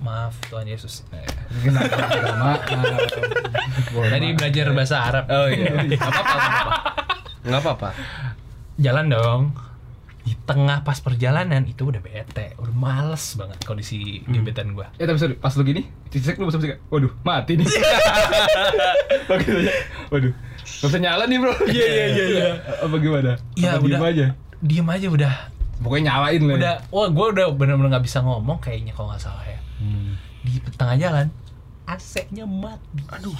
maaf Tuhan Yesus Nah, ya. Kenapa? Kenapa? tadi belajar bahasa Arab Oh iya. Enggak apa-apa. Enggak apa-apa. jalan dong di tengah pas perjalanan itu udah bete udah males banget kondisi gebetan gue Eh tapi sorry, pas lu gini, cicek lu bisa bisa Waduh, mati nih. Oke aja. Waduh. Gak bisa nyala nih, Bro. Iya, iya, iya, iya. Apa gimana? Iya, Apa diem udah. aja. diem aja udah Pokoknya nyalain Iya. lah. ya. udah wah gue udah bener-bener nggak bisa ngomong kayaknya kalau nggak salah ya Hmm. di tengah jalan AC-nya mati aduh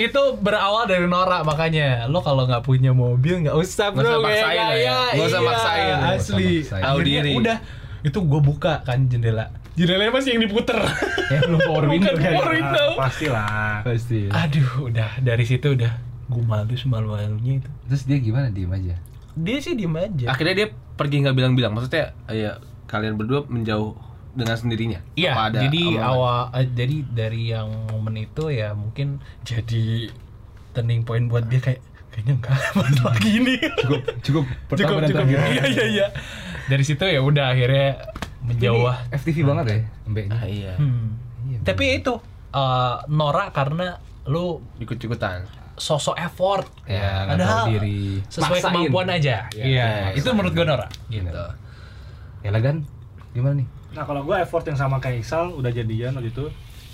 itu berawal dari Nora makanya lo kalau nggak punya mobil nggak usah Nggak usah bro kayak maksain kayak- ya. Nggak usah iya, maksain. Nggak usah asli maksain. Tahu Akhirnya diri. udah itu gue buka kan jendela jendelanya masih yang diputer Eh, belum power window Bukan kan. power window. Ah, pastilah. Pasti. aduh udah dari situ udah gue malu semalu-malunya itu Terus dia gimana? Diem aja. dia sih diem aja Akhirnya dia pergi nggak bilang-bilang. Maksudnya ya kalian berdua menjauh dengan sendirinya. Iya, Apa ada jadi omongan? awal eh, jadi dari yang momen itu ya mungkin jadi turning point buat dia kayak kayaknya enggak buat lagi ini. Cukup, cukup. cukup, Pertama dan cukup. terakhir. Iya, iya, iya. Dari situ ya udah akhirnya menjauh. Ini FTV banget ya, mbaknya. Ah, iya. Hmm. Tapi itu eh, Nora karena lu Ikut-ikutan. sosok effort Ya, nggak Padahal tahu diri. sesuai Paksain. kemampuan aja. Iya, paksain. itu menurut gue Nora. Gitu. Ya lah kan, gimana nih? Nah kalau gue effort yang sama kayak Iksal udah jadian waktu itu.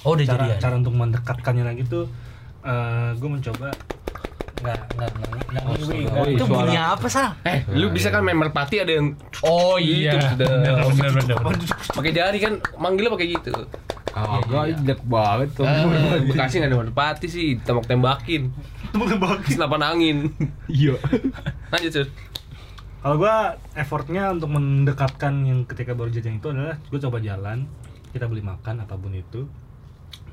Oh, udah cara, jadian. cara untuk mendekatkannya lagi tuh eh gue mencoba nggak nggak nggak nggak Oh, iya, itu suara. bunyi apa, Sal? Eh, lu bisa kan main merpati ada yang Iya. Oh iya. Itu sudah. benar benar. pakai jari kan manggilnya pakai gitu. Kagak, jelek banget Iya, tuh. Ah, Bekasi nggak ada merpati sih, tembak-tembakin, senapan angin. Iya. Lanjut, Sur. kalau gue effortnya untuk mendekatkan yang ketika baru jadian itu adalah gue coba jalan kita beli makan apapun itu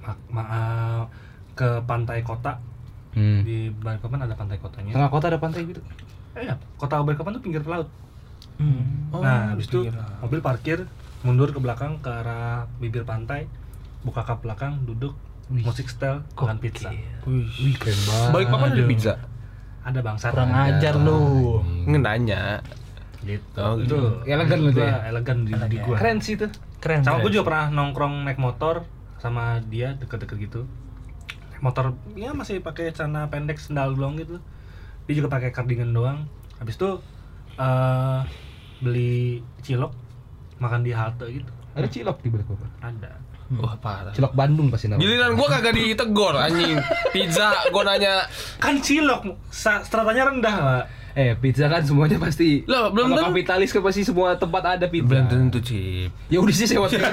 Ma- ma- eh, ke pantai kota Hmm. di Balikpapan ada pantai kotanya Tengah kota ada pantai gitu. eh, iya, kota Balikpapan tuh pinggir laut Hmm. Oh, nah habis itu mobil parkir mundur ke belakang ke arah bibir pantai buka kap belakang duduk musik style makan pizza Wih, keren banget. Balik papan ada Aduh. pizza. ada bangsa Kurang ajar lu. Nggak nanya. gitu Oh, itu Elegan lu tuh Gua ya? elegan di, di gua Keren sih tuh. Keren. sama keren. gue juga pernah nongkrong naik motor sama dia deket-deket gitu Naik motor ya masih pakai celana pendek sendal bolong gitu dia juga pakai cardigan doang habis itu eh beli cilok makan di halte gitu Ada cilok di Balikpapan. ada Wah parah. Cilok Bandung pasti namanya. Giliran gua kagak ditegor anjing. Pizza gua nanya, kan cilok sa- stratanya rendah pak Eh, pizza kan semuanya pasti. Loh, belum Kalau tentu. kapitalis kan pasti semua tempat ada pizza. belum tentu cip. Ya udah sih sewa pizza.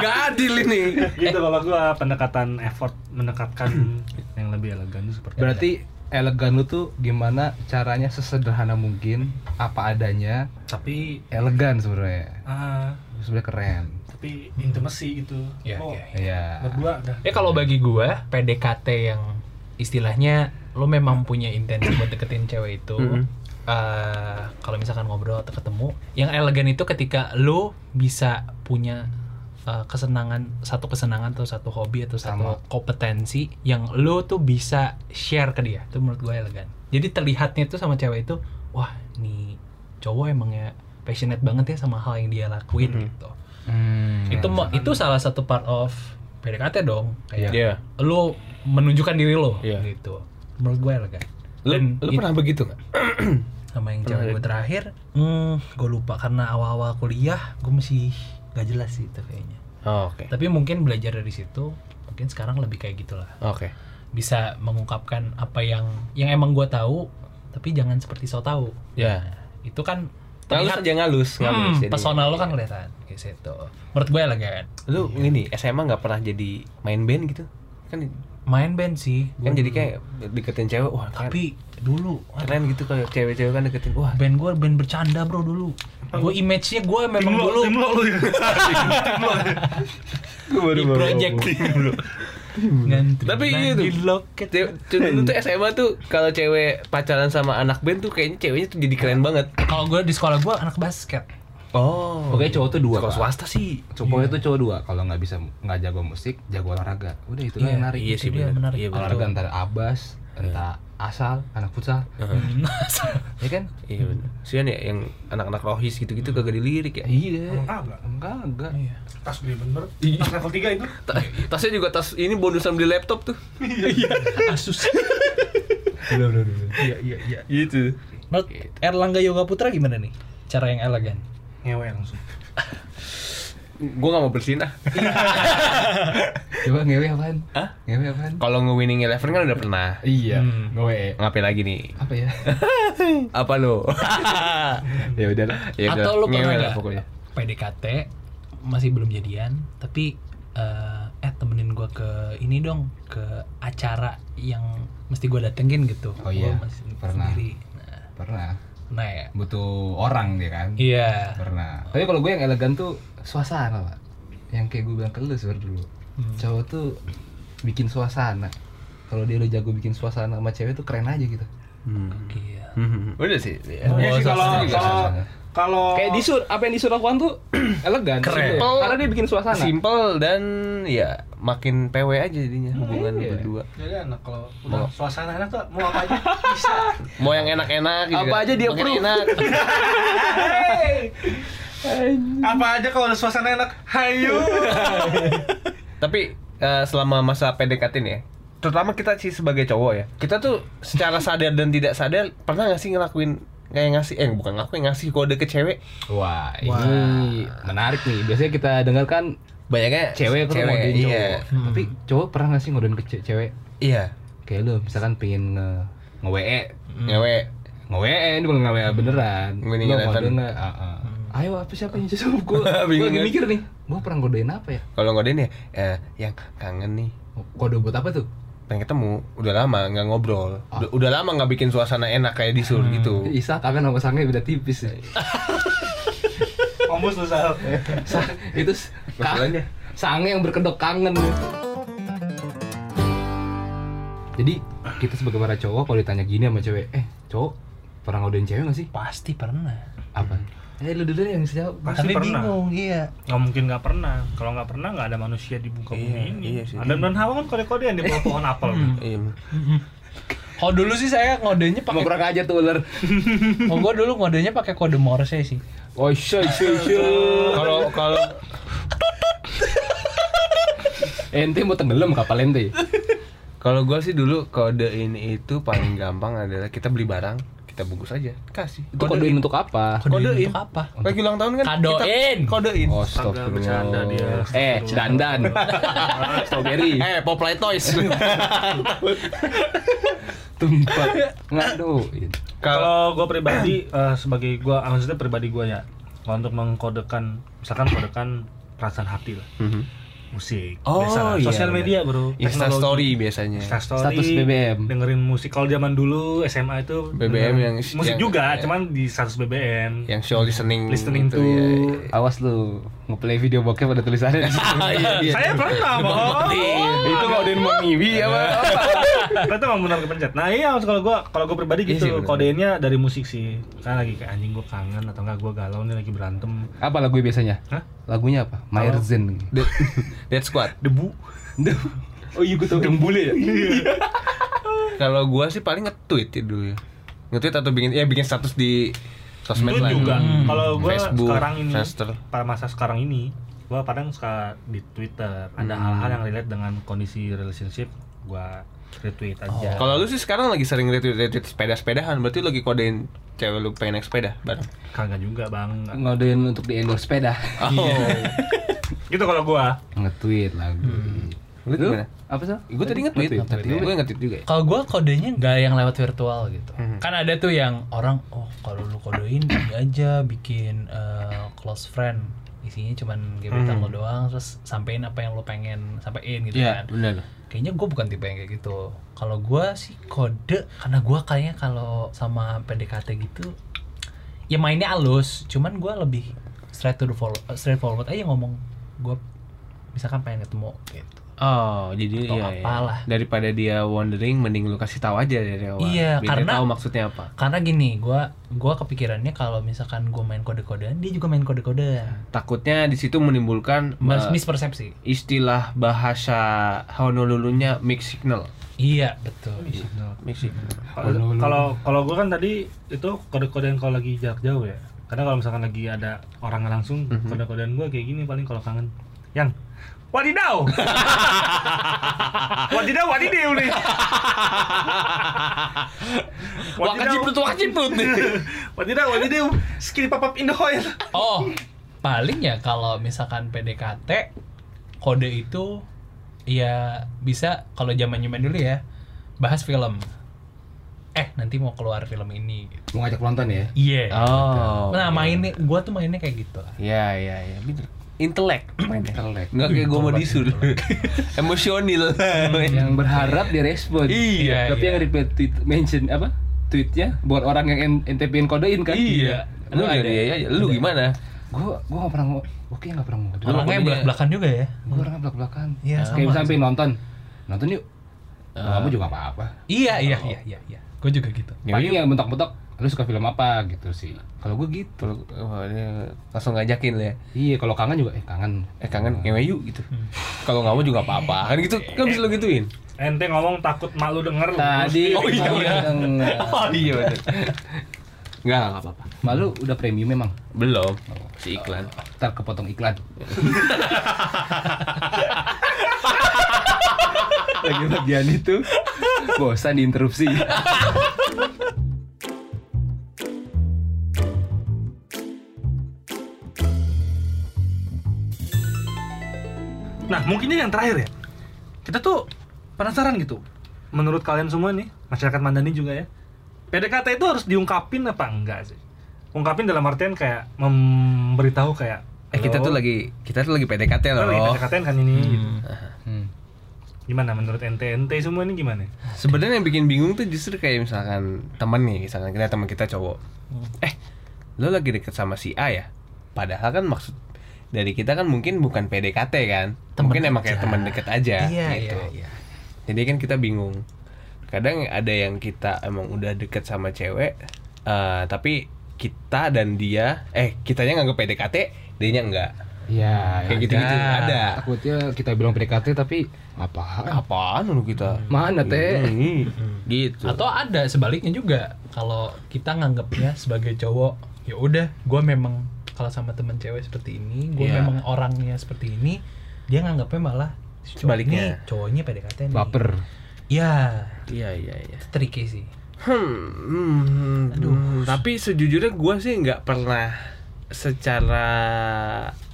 Gak adil ini. gitu kalau gua pendekatan effort mendekatkan yang lebih elegan itu seperti Berarti elegan lu tuh gimana caranya sesederhana mungkin, apa adanya, tapi elegan sebenarnya. ah, Sebenarnya keren. tapi intimacy gitu Iya, Lo iya, Iya. berdua dah Ya kalau bagi gua PDKT yang istilahnya lo memang punya intensi buat deketin cewek itu. eh, kalau misalkan ngobrol atau ketemu, yang elegan itu ketika lo bisa punya eh, kesenangan satu kesenangan atau satu hobi atau satu kompetensi yang lo tuh bisa share ke dia. Itu menurut gua elegan. Jadi terlihatnya tuh sama cewek itu, wah, nih cowok emangnya passionate banget ya sama hal yang dia lakuin gitu Hmm. itu mo- itu salah satu part of PDKT dong kayak Iya. lu menunjukkan diri lo Iya. gitu menurut gue elegan Lu, Dan lu it- pernah begitu nggak? sama yang cewek gue terakhir hmm, gue lupa karena awal-awal kuliah gue masih gak jelas sih itu kayaknya Oh, Oke. tapi mungkin belajar dari situ mungkin sekarang lebih kayak gitulah Oke. bisa mengungkapkan apa yang yang emang gue tahu tapi jangan seperti so tahu Ya. itu kan Ngalus terlihat aja ngalus, ngalus. Hmm, jadi. personal lo kan kelihatan kayak situ menurut ya, gue elegan Lu ini SMA nggak pernah jadi main band gitu? Kan main band sih kan jadi kayak deketin cewek, wah keren, tapi dulu keren gitu kayak cewek-cewek kan deketin, wah band gue band bercanda bro dulu gue image-nya gue memang tim lo dulu tim lo lu ya di project ngantri Tapi iya tuh. Cewek, cewek dulu tuh SMA tuh kalau cewek pacaran sama anak band tuh kayaknya ceweknya tuh jadi keren banget. kalau gue di sekolah gue anak basket Oh. Pokoknya cowok tuh dua, Sekolah Pak. swasta sih. Cowoknya Iya. tuh cowok dua, kalau nggak bisa nggak jago musik, jago olahraga. Udah itu Iya, yang menarik. iya sih, itu dia bener. menarik Iya, bener. Iya. Olahraga antara abas, entah asal, anak futsal, ya kan? Iya benar. Sian ya yang anak-anak rohis gitu-gitu kagak dilirik ya. Iya. ah enggak Enggak, enggak. Iya. tas gue bener tas level 3 itu Ta- tasnya juga tas ini bonusan beli laptop tuh. asus iya iya iya Gitu. menurut Erlangga Yoga Putra gimana nih cara yang elegan ngewe langsung Gua nggak mau bersihin ah. Coba ngewe apaan? Hah? Ngewe apaan? Kalau nge-winning eleven kan udah pernah. Iya, Hmm. ngewe. Ngapain lagi nih? Apa ya? Apa lo? ya udahlah. Ya udah, atau lo ngewe pernah lah nggak pokoknya. PDKT masih belum jadian tapi eh, eh temenin gue ke ini dong ke acara yang mesti gue datengin gitu Oh Gua iya, masih pernah. sendiri. Nah, Pernah. nah ya Butuh orang dia kan? iya Pernah. Tapi kalau gue yang elegan tuh suasana, Pak. Yang kayak gue bilang ke lu sebenarnya dulu. Cowok tuh bikin suasana. Kalau dia udah jago bikin suasana sama cewek tuh keren aja gitu. Hmm. iya Udah sih. ya. Iya sih kalau sastra Oh, juga kalau sastra. kalau Kayak di sur, apa yang di lakukan tuh elegan. Keren. Simple. Karena dia bikin suasana. Simple dan ya makin PW aja jadinya hubungan iya. berdua. jadi ya enak kalau udah suasana enak tuh mau apa aja bisa Mau yang enak-enak gitu. Apa kan. aja dia Makin approve. enak. apa aja kalau udah suasana enak hayu Tapi eh, selama masa PDKT nih ya, terutama kita sih sebagai cowok ya. Kita tuh secara sadar dan tidak sadar pernah nggak sih ngelakuin kayak ngasih eh bukan ngelakuin ngasih kode ke cewek Wah, ini menarik nih. Biasanya kita dengarkan banyaknya cewek tuh cewek ngodein iya cowok. Tapi cowok pernah nggak sih ngodein ke ce- cewek? iya Kayak lu misalkan pengen nge E. nge WE, ngewe nge WE E, ini bukan nge WE beneran. Mending Lu ngeliatan. ngodein nggak? Ah, ah. Ayo apa siapa yang sesuap gue? Bingung lagi kan? mikir nih, gue pernah ngodein apa ya? kalau ngodein ya eh, yang kangen nih Kode buat apa tuh? pengen ketemu udah lama nggak ngobrol udah, udah lama nggak bikin suasana enak kayak di sur gitu Isa kangen sama sange beda tipis. ya. omus lu sal Sa- itu s- ka- Masalahnya. sange yang berkedok kangen. Jadi kita sebagai para cowok kalau ditanya gini sama cewek, eh cowok pernah ngodein cewek gak sih? pasti pernah Apa? Eh lu dulu deh yang bisa jawab. Pasti tapi pernah. bingung iya nggak mungkin nggak pernah kalau nggak pernah nggak ada manusia di muka bumi Iya, ini iya sih. ada dan hawa kan kode-kodean di bawah pohon apel iya kalau dulu sih saya ngodenya Mau pakai kurang aja tuh ular. kalau gue dulu ngodenya pakai kode morse sih Oh syo syo syo. kalau kalau ente mau tenggelam kapal ente Kalau gua sih dulu kode ini itu paling gampang adalah kita beli barang, kita bungkus aja, kasih. itu kodein untuk apa kodein. Kodein untuk Eh. apa? Lagi ulang tahun kan? Kadoin. Kita kodein. Agak bercanda dia. Astagfirullah. Eh, dandan. Strawberry. Eh, Popeye Toys. Tumpat. Ngadu. Kalau gue pribadi eh, sebagai gue, maksudnya pribadi gue ya, kalau untuk mengkodekan, misalkan kodekan perasaan hati lah, Mhm. musik, Oh, biasa lah. iya, sosial benar. media bro, Insta Teknologi. story biasanya. Instastory, Status BBM. dengerin musik. Kalau zaman dulu SMA itu BBM dengerin yang- musik yang- Iya. juga, ya. cuman di status BBM. Yang show listening Listening to- ya, ya. Awas lu ngeplay video bokep ada tulisannya di situ. Saya pernah mau. Iya. Itu kodein mau ngiwi apa? Ternyata emang benar kepencet. Nah iya kalau gua kalau gua pribadi Iya gitu sih, benar. kodenya dari musik sih. Karena lagi kayak anjing gua kangen atau enggak gua galau nih lagi berantem. Apa lagu biasanya? Hah? Lagunya apa? Mairzen. The- Dead Squad. Debu. Oh iya gue tau yang bule ya? Kalau gua sih paling nge-tweet ya dulu ya. Nge-tweet atau bikin ya bikin status di sosmed Itu lah. juga. Hmm. Kalau gua Facebook, sekarang ini Friendster. pada masa sekarang ini gua kadang suka di Twitter Hmm. ada hal-hal yang relate dengan kondisi relationship gua retweet aja. Oh, Kalau lu sih sekarang lagi sering retweet retweet sepeda-sepedahan, berarti lu lagi kodein cewek lu pengen naik sepeda bareng. Kagak juga, Bang. Ngodein untuk di endorse sepeda. Oh. Gitu kalau gua. Nge-tweet lagu. Lu gimana? Apa sih? Gue tadi nge-tweet. Nge-tweet. Nge-tweet. Gue nge-tweet juga ya. Kalau gue kodenya nggak yang lewat virtual gitu. Hmm. Kan ada tuh yang orang, oh kalau lu kodein ini aja bikin eh, close friend. Isinya cuman gebetan Hmm. lo doang, terus sampein apa yang lo pengen sampein gitu Iya, kan. benar. Kayaknya gue bukan tipe yang kayak gitu. Kalau gue sih kode, karena gue kayaknya kalau sama PDKT gitu, ya mainnya halus. Cuman gue lebih straight to the follow, straight forward aja ngomong. Gue misalkan pengen ketemu gitu. Oh, jadi Atau iya, iya. apalah. daripada dia wondering mending lu kasih tahu aja dari awal. Biar Iya, dia karena- tahu maksudnya apa. karena gini gua gua kepikirannya kalau misalkan gua main kode-kodean dia juga main kode-kodean Takutnya di situ menimbulkan eh, Mas mispersepsi istilah bahasa Honolulunya mixed signal. iya betul Mixed signal. Kalau kalau- kalau gua kan tadi itu kode-kodean kalau lagi jarak jauh ya. Karena kalau misalkan lagi ada orang langsung, kode-kodean gua kayak gini paling kalau kangen. Yang wadidaw. wadidaw wadidaw nih. Wakaciprut, wakaciprut. wadidaw wadidaw. Skill pop up in the hoil. oh paling ya kalau misalkan PDKT kode itu ya bisa kalau zaman zaman dulu ya bahas film eh nanti mau keluar film ini gitu. Mau ngajak nonton ya? iya Oh. nah mainnya gua tuh mainnya kayak gitu Iya, iya, iya. Bener. Intelek mainnya. Telek. Enggak kayak gue mau disul. Emosional. Yang berharap direspon. Eh. Iya, Tapi iya. yang repeat tweet mention apa? Tweetnya buat orang yang en- ente pengen kodein kan? Iya. Lu Lu ada. dari ya, ya, lu gimana? Gua gua nggak pernah ngo- Oke nggak pernah ngodein. orangnya kodenya- belak belakan juga ya Gue orangnya belak-belakan. Iya, Kayak sama. sampai nonton. Nonton yuk. Eh. Kamu juga apa-apa. iya iya iya iya iya gua juga gitu Ya, Paling yang bentak-bentak lu suka film apa gitu sih. Kalau gue gitu. Kalau wah, dia langsung ngajakin lah ya. Iya, kalau kangen juga eh kangen. Eh kangen ngewe yuk gitu. Kalau nggak mau juga apa-apa. Kan gitu kan bisa lo gituin. Ente ngomong takut malu denger. Tadi Oh, iya, malu iya. denger. Oh iya benar. Enggak, enggak apa-apa. Malu udah premium memang. Belum si iklan. Ntar kepotong iklan. Lagi bagian itu bosan diinterupsi. Nah, mungkin ini yang terakhir ya. Kita tuh penasaran gitu. Menurut kalian semua nih, masyarakat Mandani juga ya. PDKT itu harus diungkapin apa enggak sih? Ungkapin dalam artian kayak memberitahu kayak Eh kita tuh "Halo, lagi kita tuh lagi PDKT kita lagi Iya loh. PDKT kan ini gitu. Hmm. Gimana menurut NTNT semua ini gimana? Sebenarnya yang bikin bingung tuh justru kayak misalkan temen nih, misalkan kita teman kita cowok. Eh, lo lagi deket sama si A ya? Padahal kan maksud dari kita kan mungkin bukan PDKT kan? Temen mungkin emang kayak aja. teman deket aja iya gitu. iya iya Jadi kan kita bingung. Kadang ada yang kita emang udah deket sama cewek, eh, tapi kita dan dia, eh kitanya nganggep PDKT, dia nya enggak. Ya, Kayak gitu-gitu Iya, ada. Takutnya kita bilang PDKT tapi apa? Apaan lu kita? Mana teh? Hmm, gitu. Atau ada sebaliknya juga. Kalau kita nganggapnya sebagai cowok, ya udah, gue memang kalau sama teman cewek seperti ini, gue Iya. memang orangnya seperti ini, dia nganggapnya malah Cowok Sebaliknya. nih, cowoknya PDKT nih. baper Iya, Iya iya iya. itu tricky sih. Hmm, hmm, hmm, hmm. tapi sejujurnya gua sih nggak pernah secara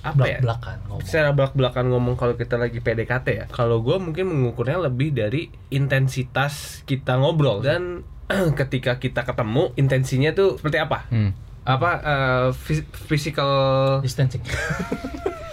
apa ya? Belak-belakan ngomong. Secara belak-belakan ngomong kalau kita lagi PDKT ya. Kalau gua mungkin mengukurnya lebih dari intensitas kita ngobrol dan ketika kita ketemu intensinya tuh seperti apa? Hmm. Apa eh, fis- physical Distancing.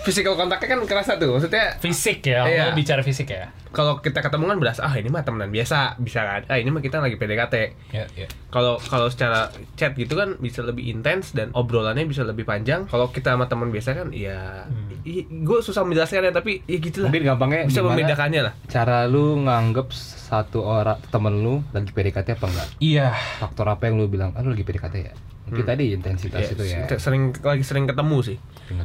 physical kontaknya kan kerasa tuh. Maksudnya fisik ya, Iya. lo bicara fisik ya. kalau kita ketemu kan berasa ah ini mah temenan biasa bisa kan. Ah ini mah kita lagi PDKT. Iya, ya. iya. kalau kalau secara chat gitu kan bisa lebih intens dan obrolannya bisa lebih panjang kalau kita sama teman biasa kan ya Hmm. gue susah menjelaskan ya tapi ya gitulah mungkin gampangnya bisa gimana membedakannya lah cara lu nganggep satu orang temen lu lagi PDKT apa enggak Iya. faktor apa yang lu bilang ah lu lagi PDKT ya mungkin tadi intensitas itu ya Ya, sering lagi sering ketemu sih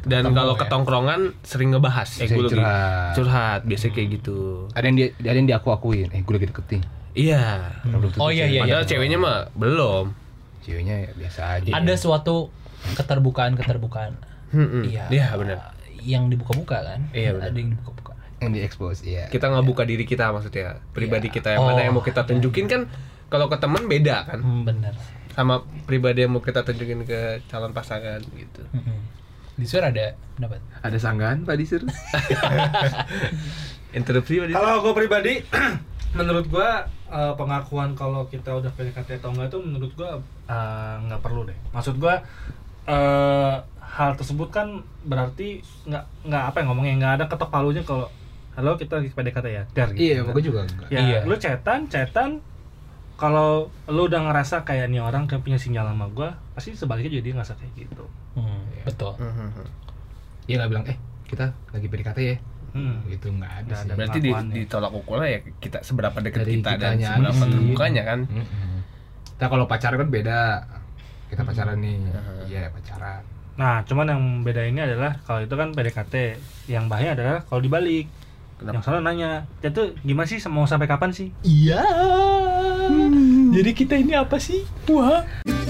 dan ketemu kalau ya. ketongkrongan sering ngebahas eh Sering gue lagi curhat. curhat biasanya Hmm. kayak gitu ada yang dia ada yang diaku akuin eh gue lagi deketin iya Oh iya iya iya. padahal ceweknya mah belum ceweknya ya biasa aja Ada suatu keterbukaan-keterbukaan. Mm-mm. Iya. iya benar Yang dibuka-buka kan? Iya, benar. Ada yang dibuka-buka. yang diekspos ya kita nggak buka diri kita maksudnya pribadi kita yang Oh. mana yang mau kita tunjukin kan kalau ke teman beda kan Hmm, bener. sama pribadi yang mau kita tunjukin ke calon pasangan gitu. Mm-mm. Di Sur ada pendapat. Ada sanggahan Pak Disur? Interupsi Pak Dito? Kalau gue pribadi, menurut gue eh, pengakuan kalau kita udah PDKT atau enggak itu menurut gue eh, nggak perlu deh. Maksud gue eh hal tersebut kan berarti nggak nggak apa yang ngomongnya nggak ada ketok palunya kalau halo kita lagi PDKT ya dar gitu. iya gue juga enggak Ya, Iya. lu cetan cetan kalau lu udah ngerasa kayak nih orang kayak punya sinyal sama gue pasti sebaliknya jadi ngerasa kayak gitu. Hmm, betul. iya nggak bilang eh kita lagi PDKT ya Hmm. itu nggak ada Nggak sih. ada. Berarti di, pengakuannya. ditolak ukurnya ya kita seberapa dekat Dari kita dan kitanya seberapa sih. terbukanya kan. Mm-mm. Nah kalau pacaran kan beda. Kita pacaran nih. Iya pacaran. Nah, cuman yang beda ini adalah kalau itu kan PDKT, yang bahaya adalah kalau dibalik. Yang Kenapa? salah nanya, "Ya tuh gimana sih mau sampai kapan sih?" Iya. Jadi kita ini apa sih? Wah.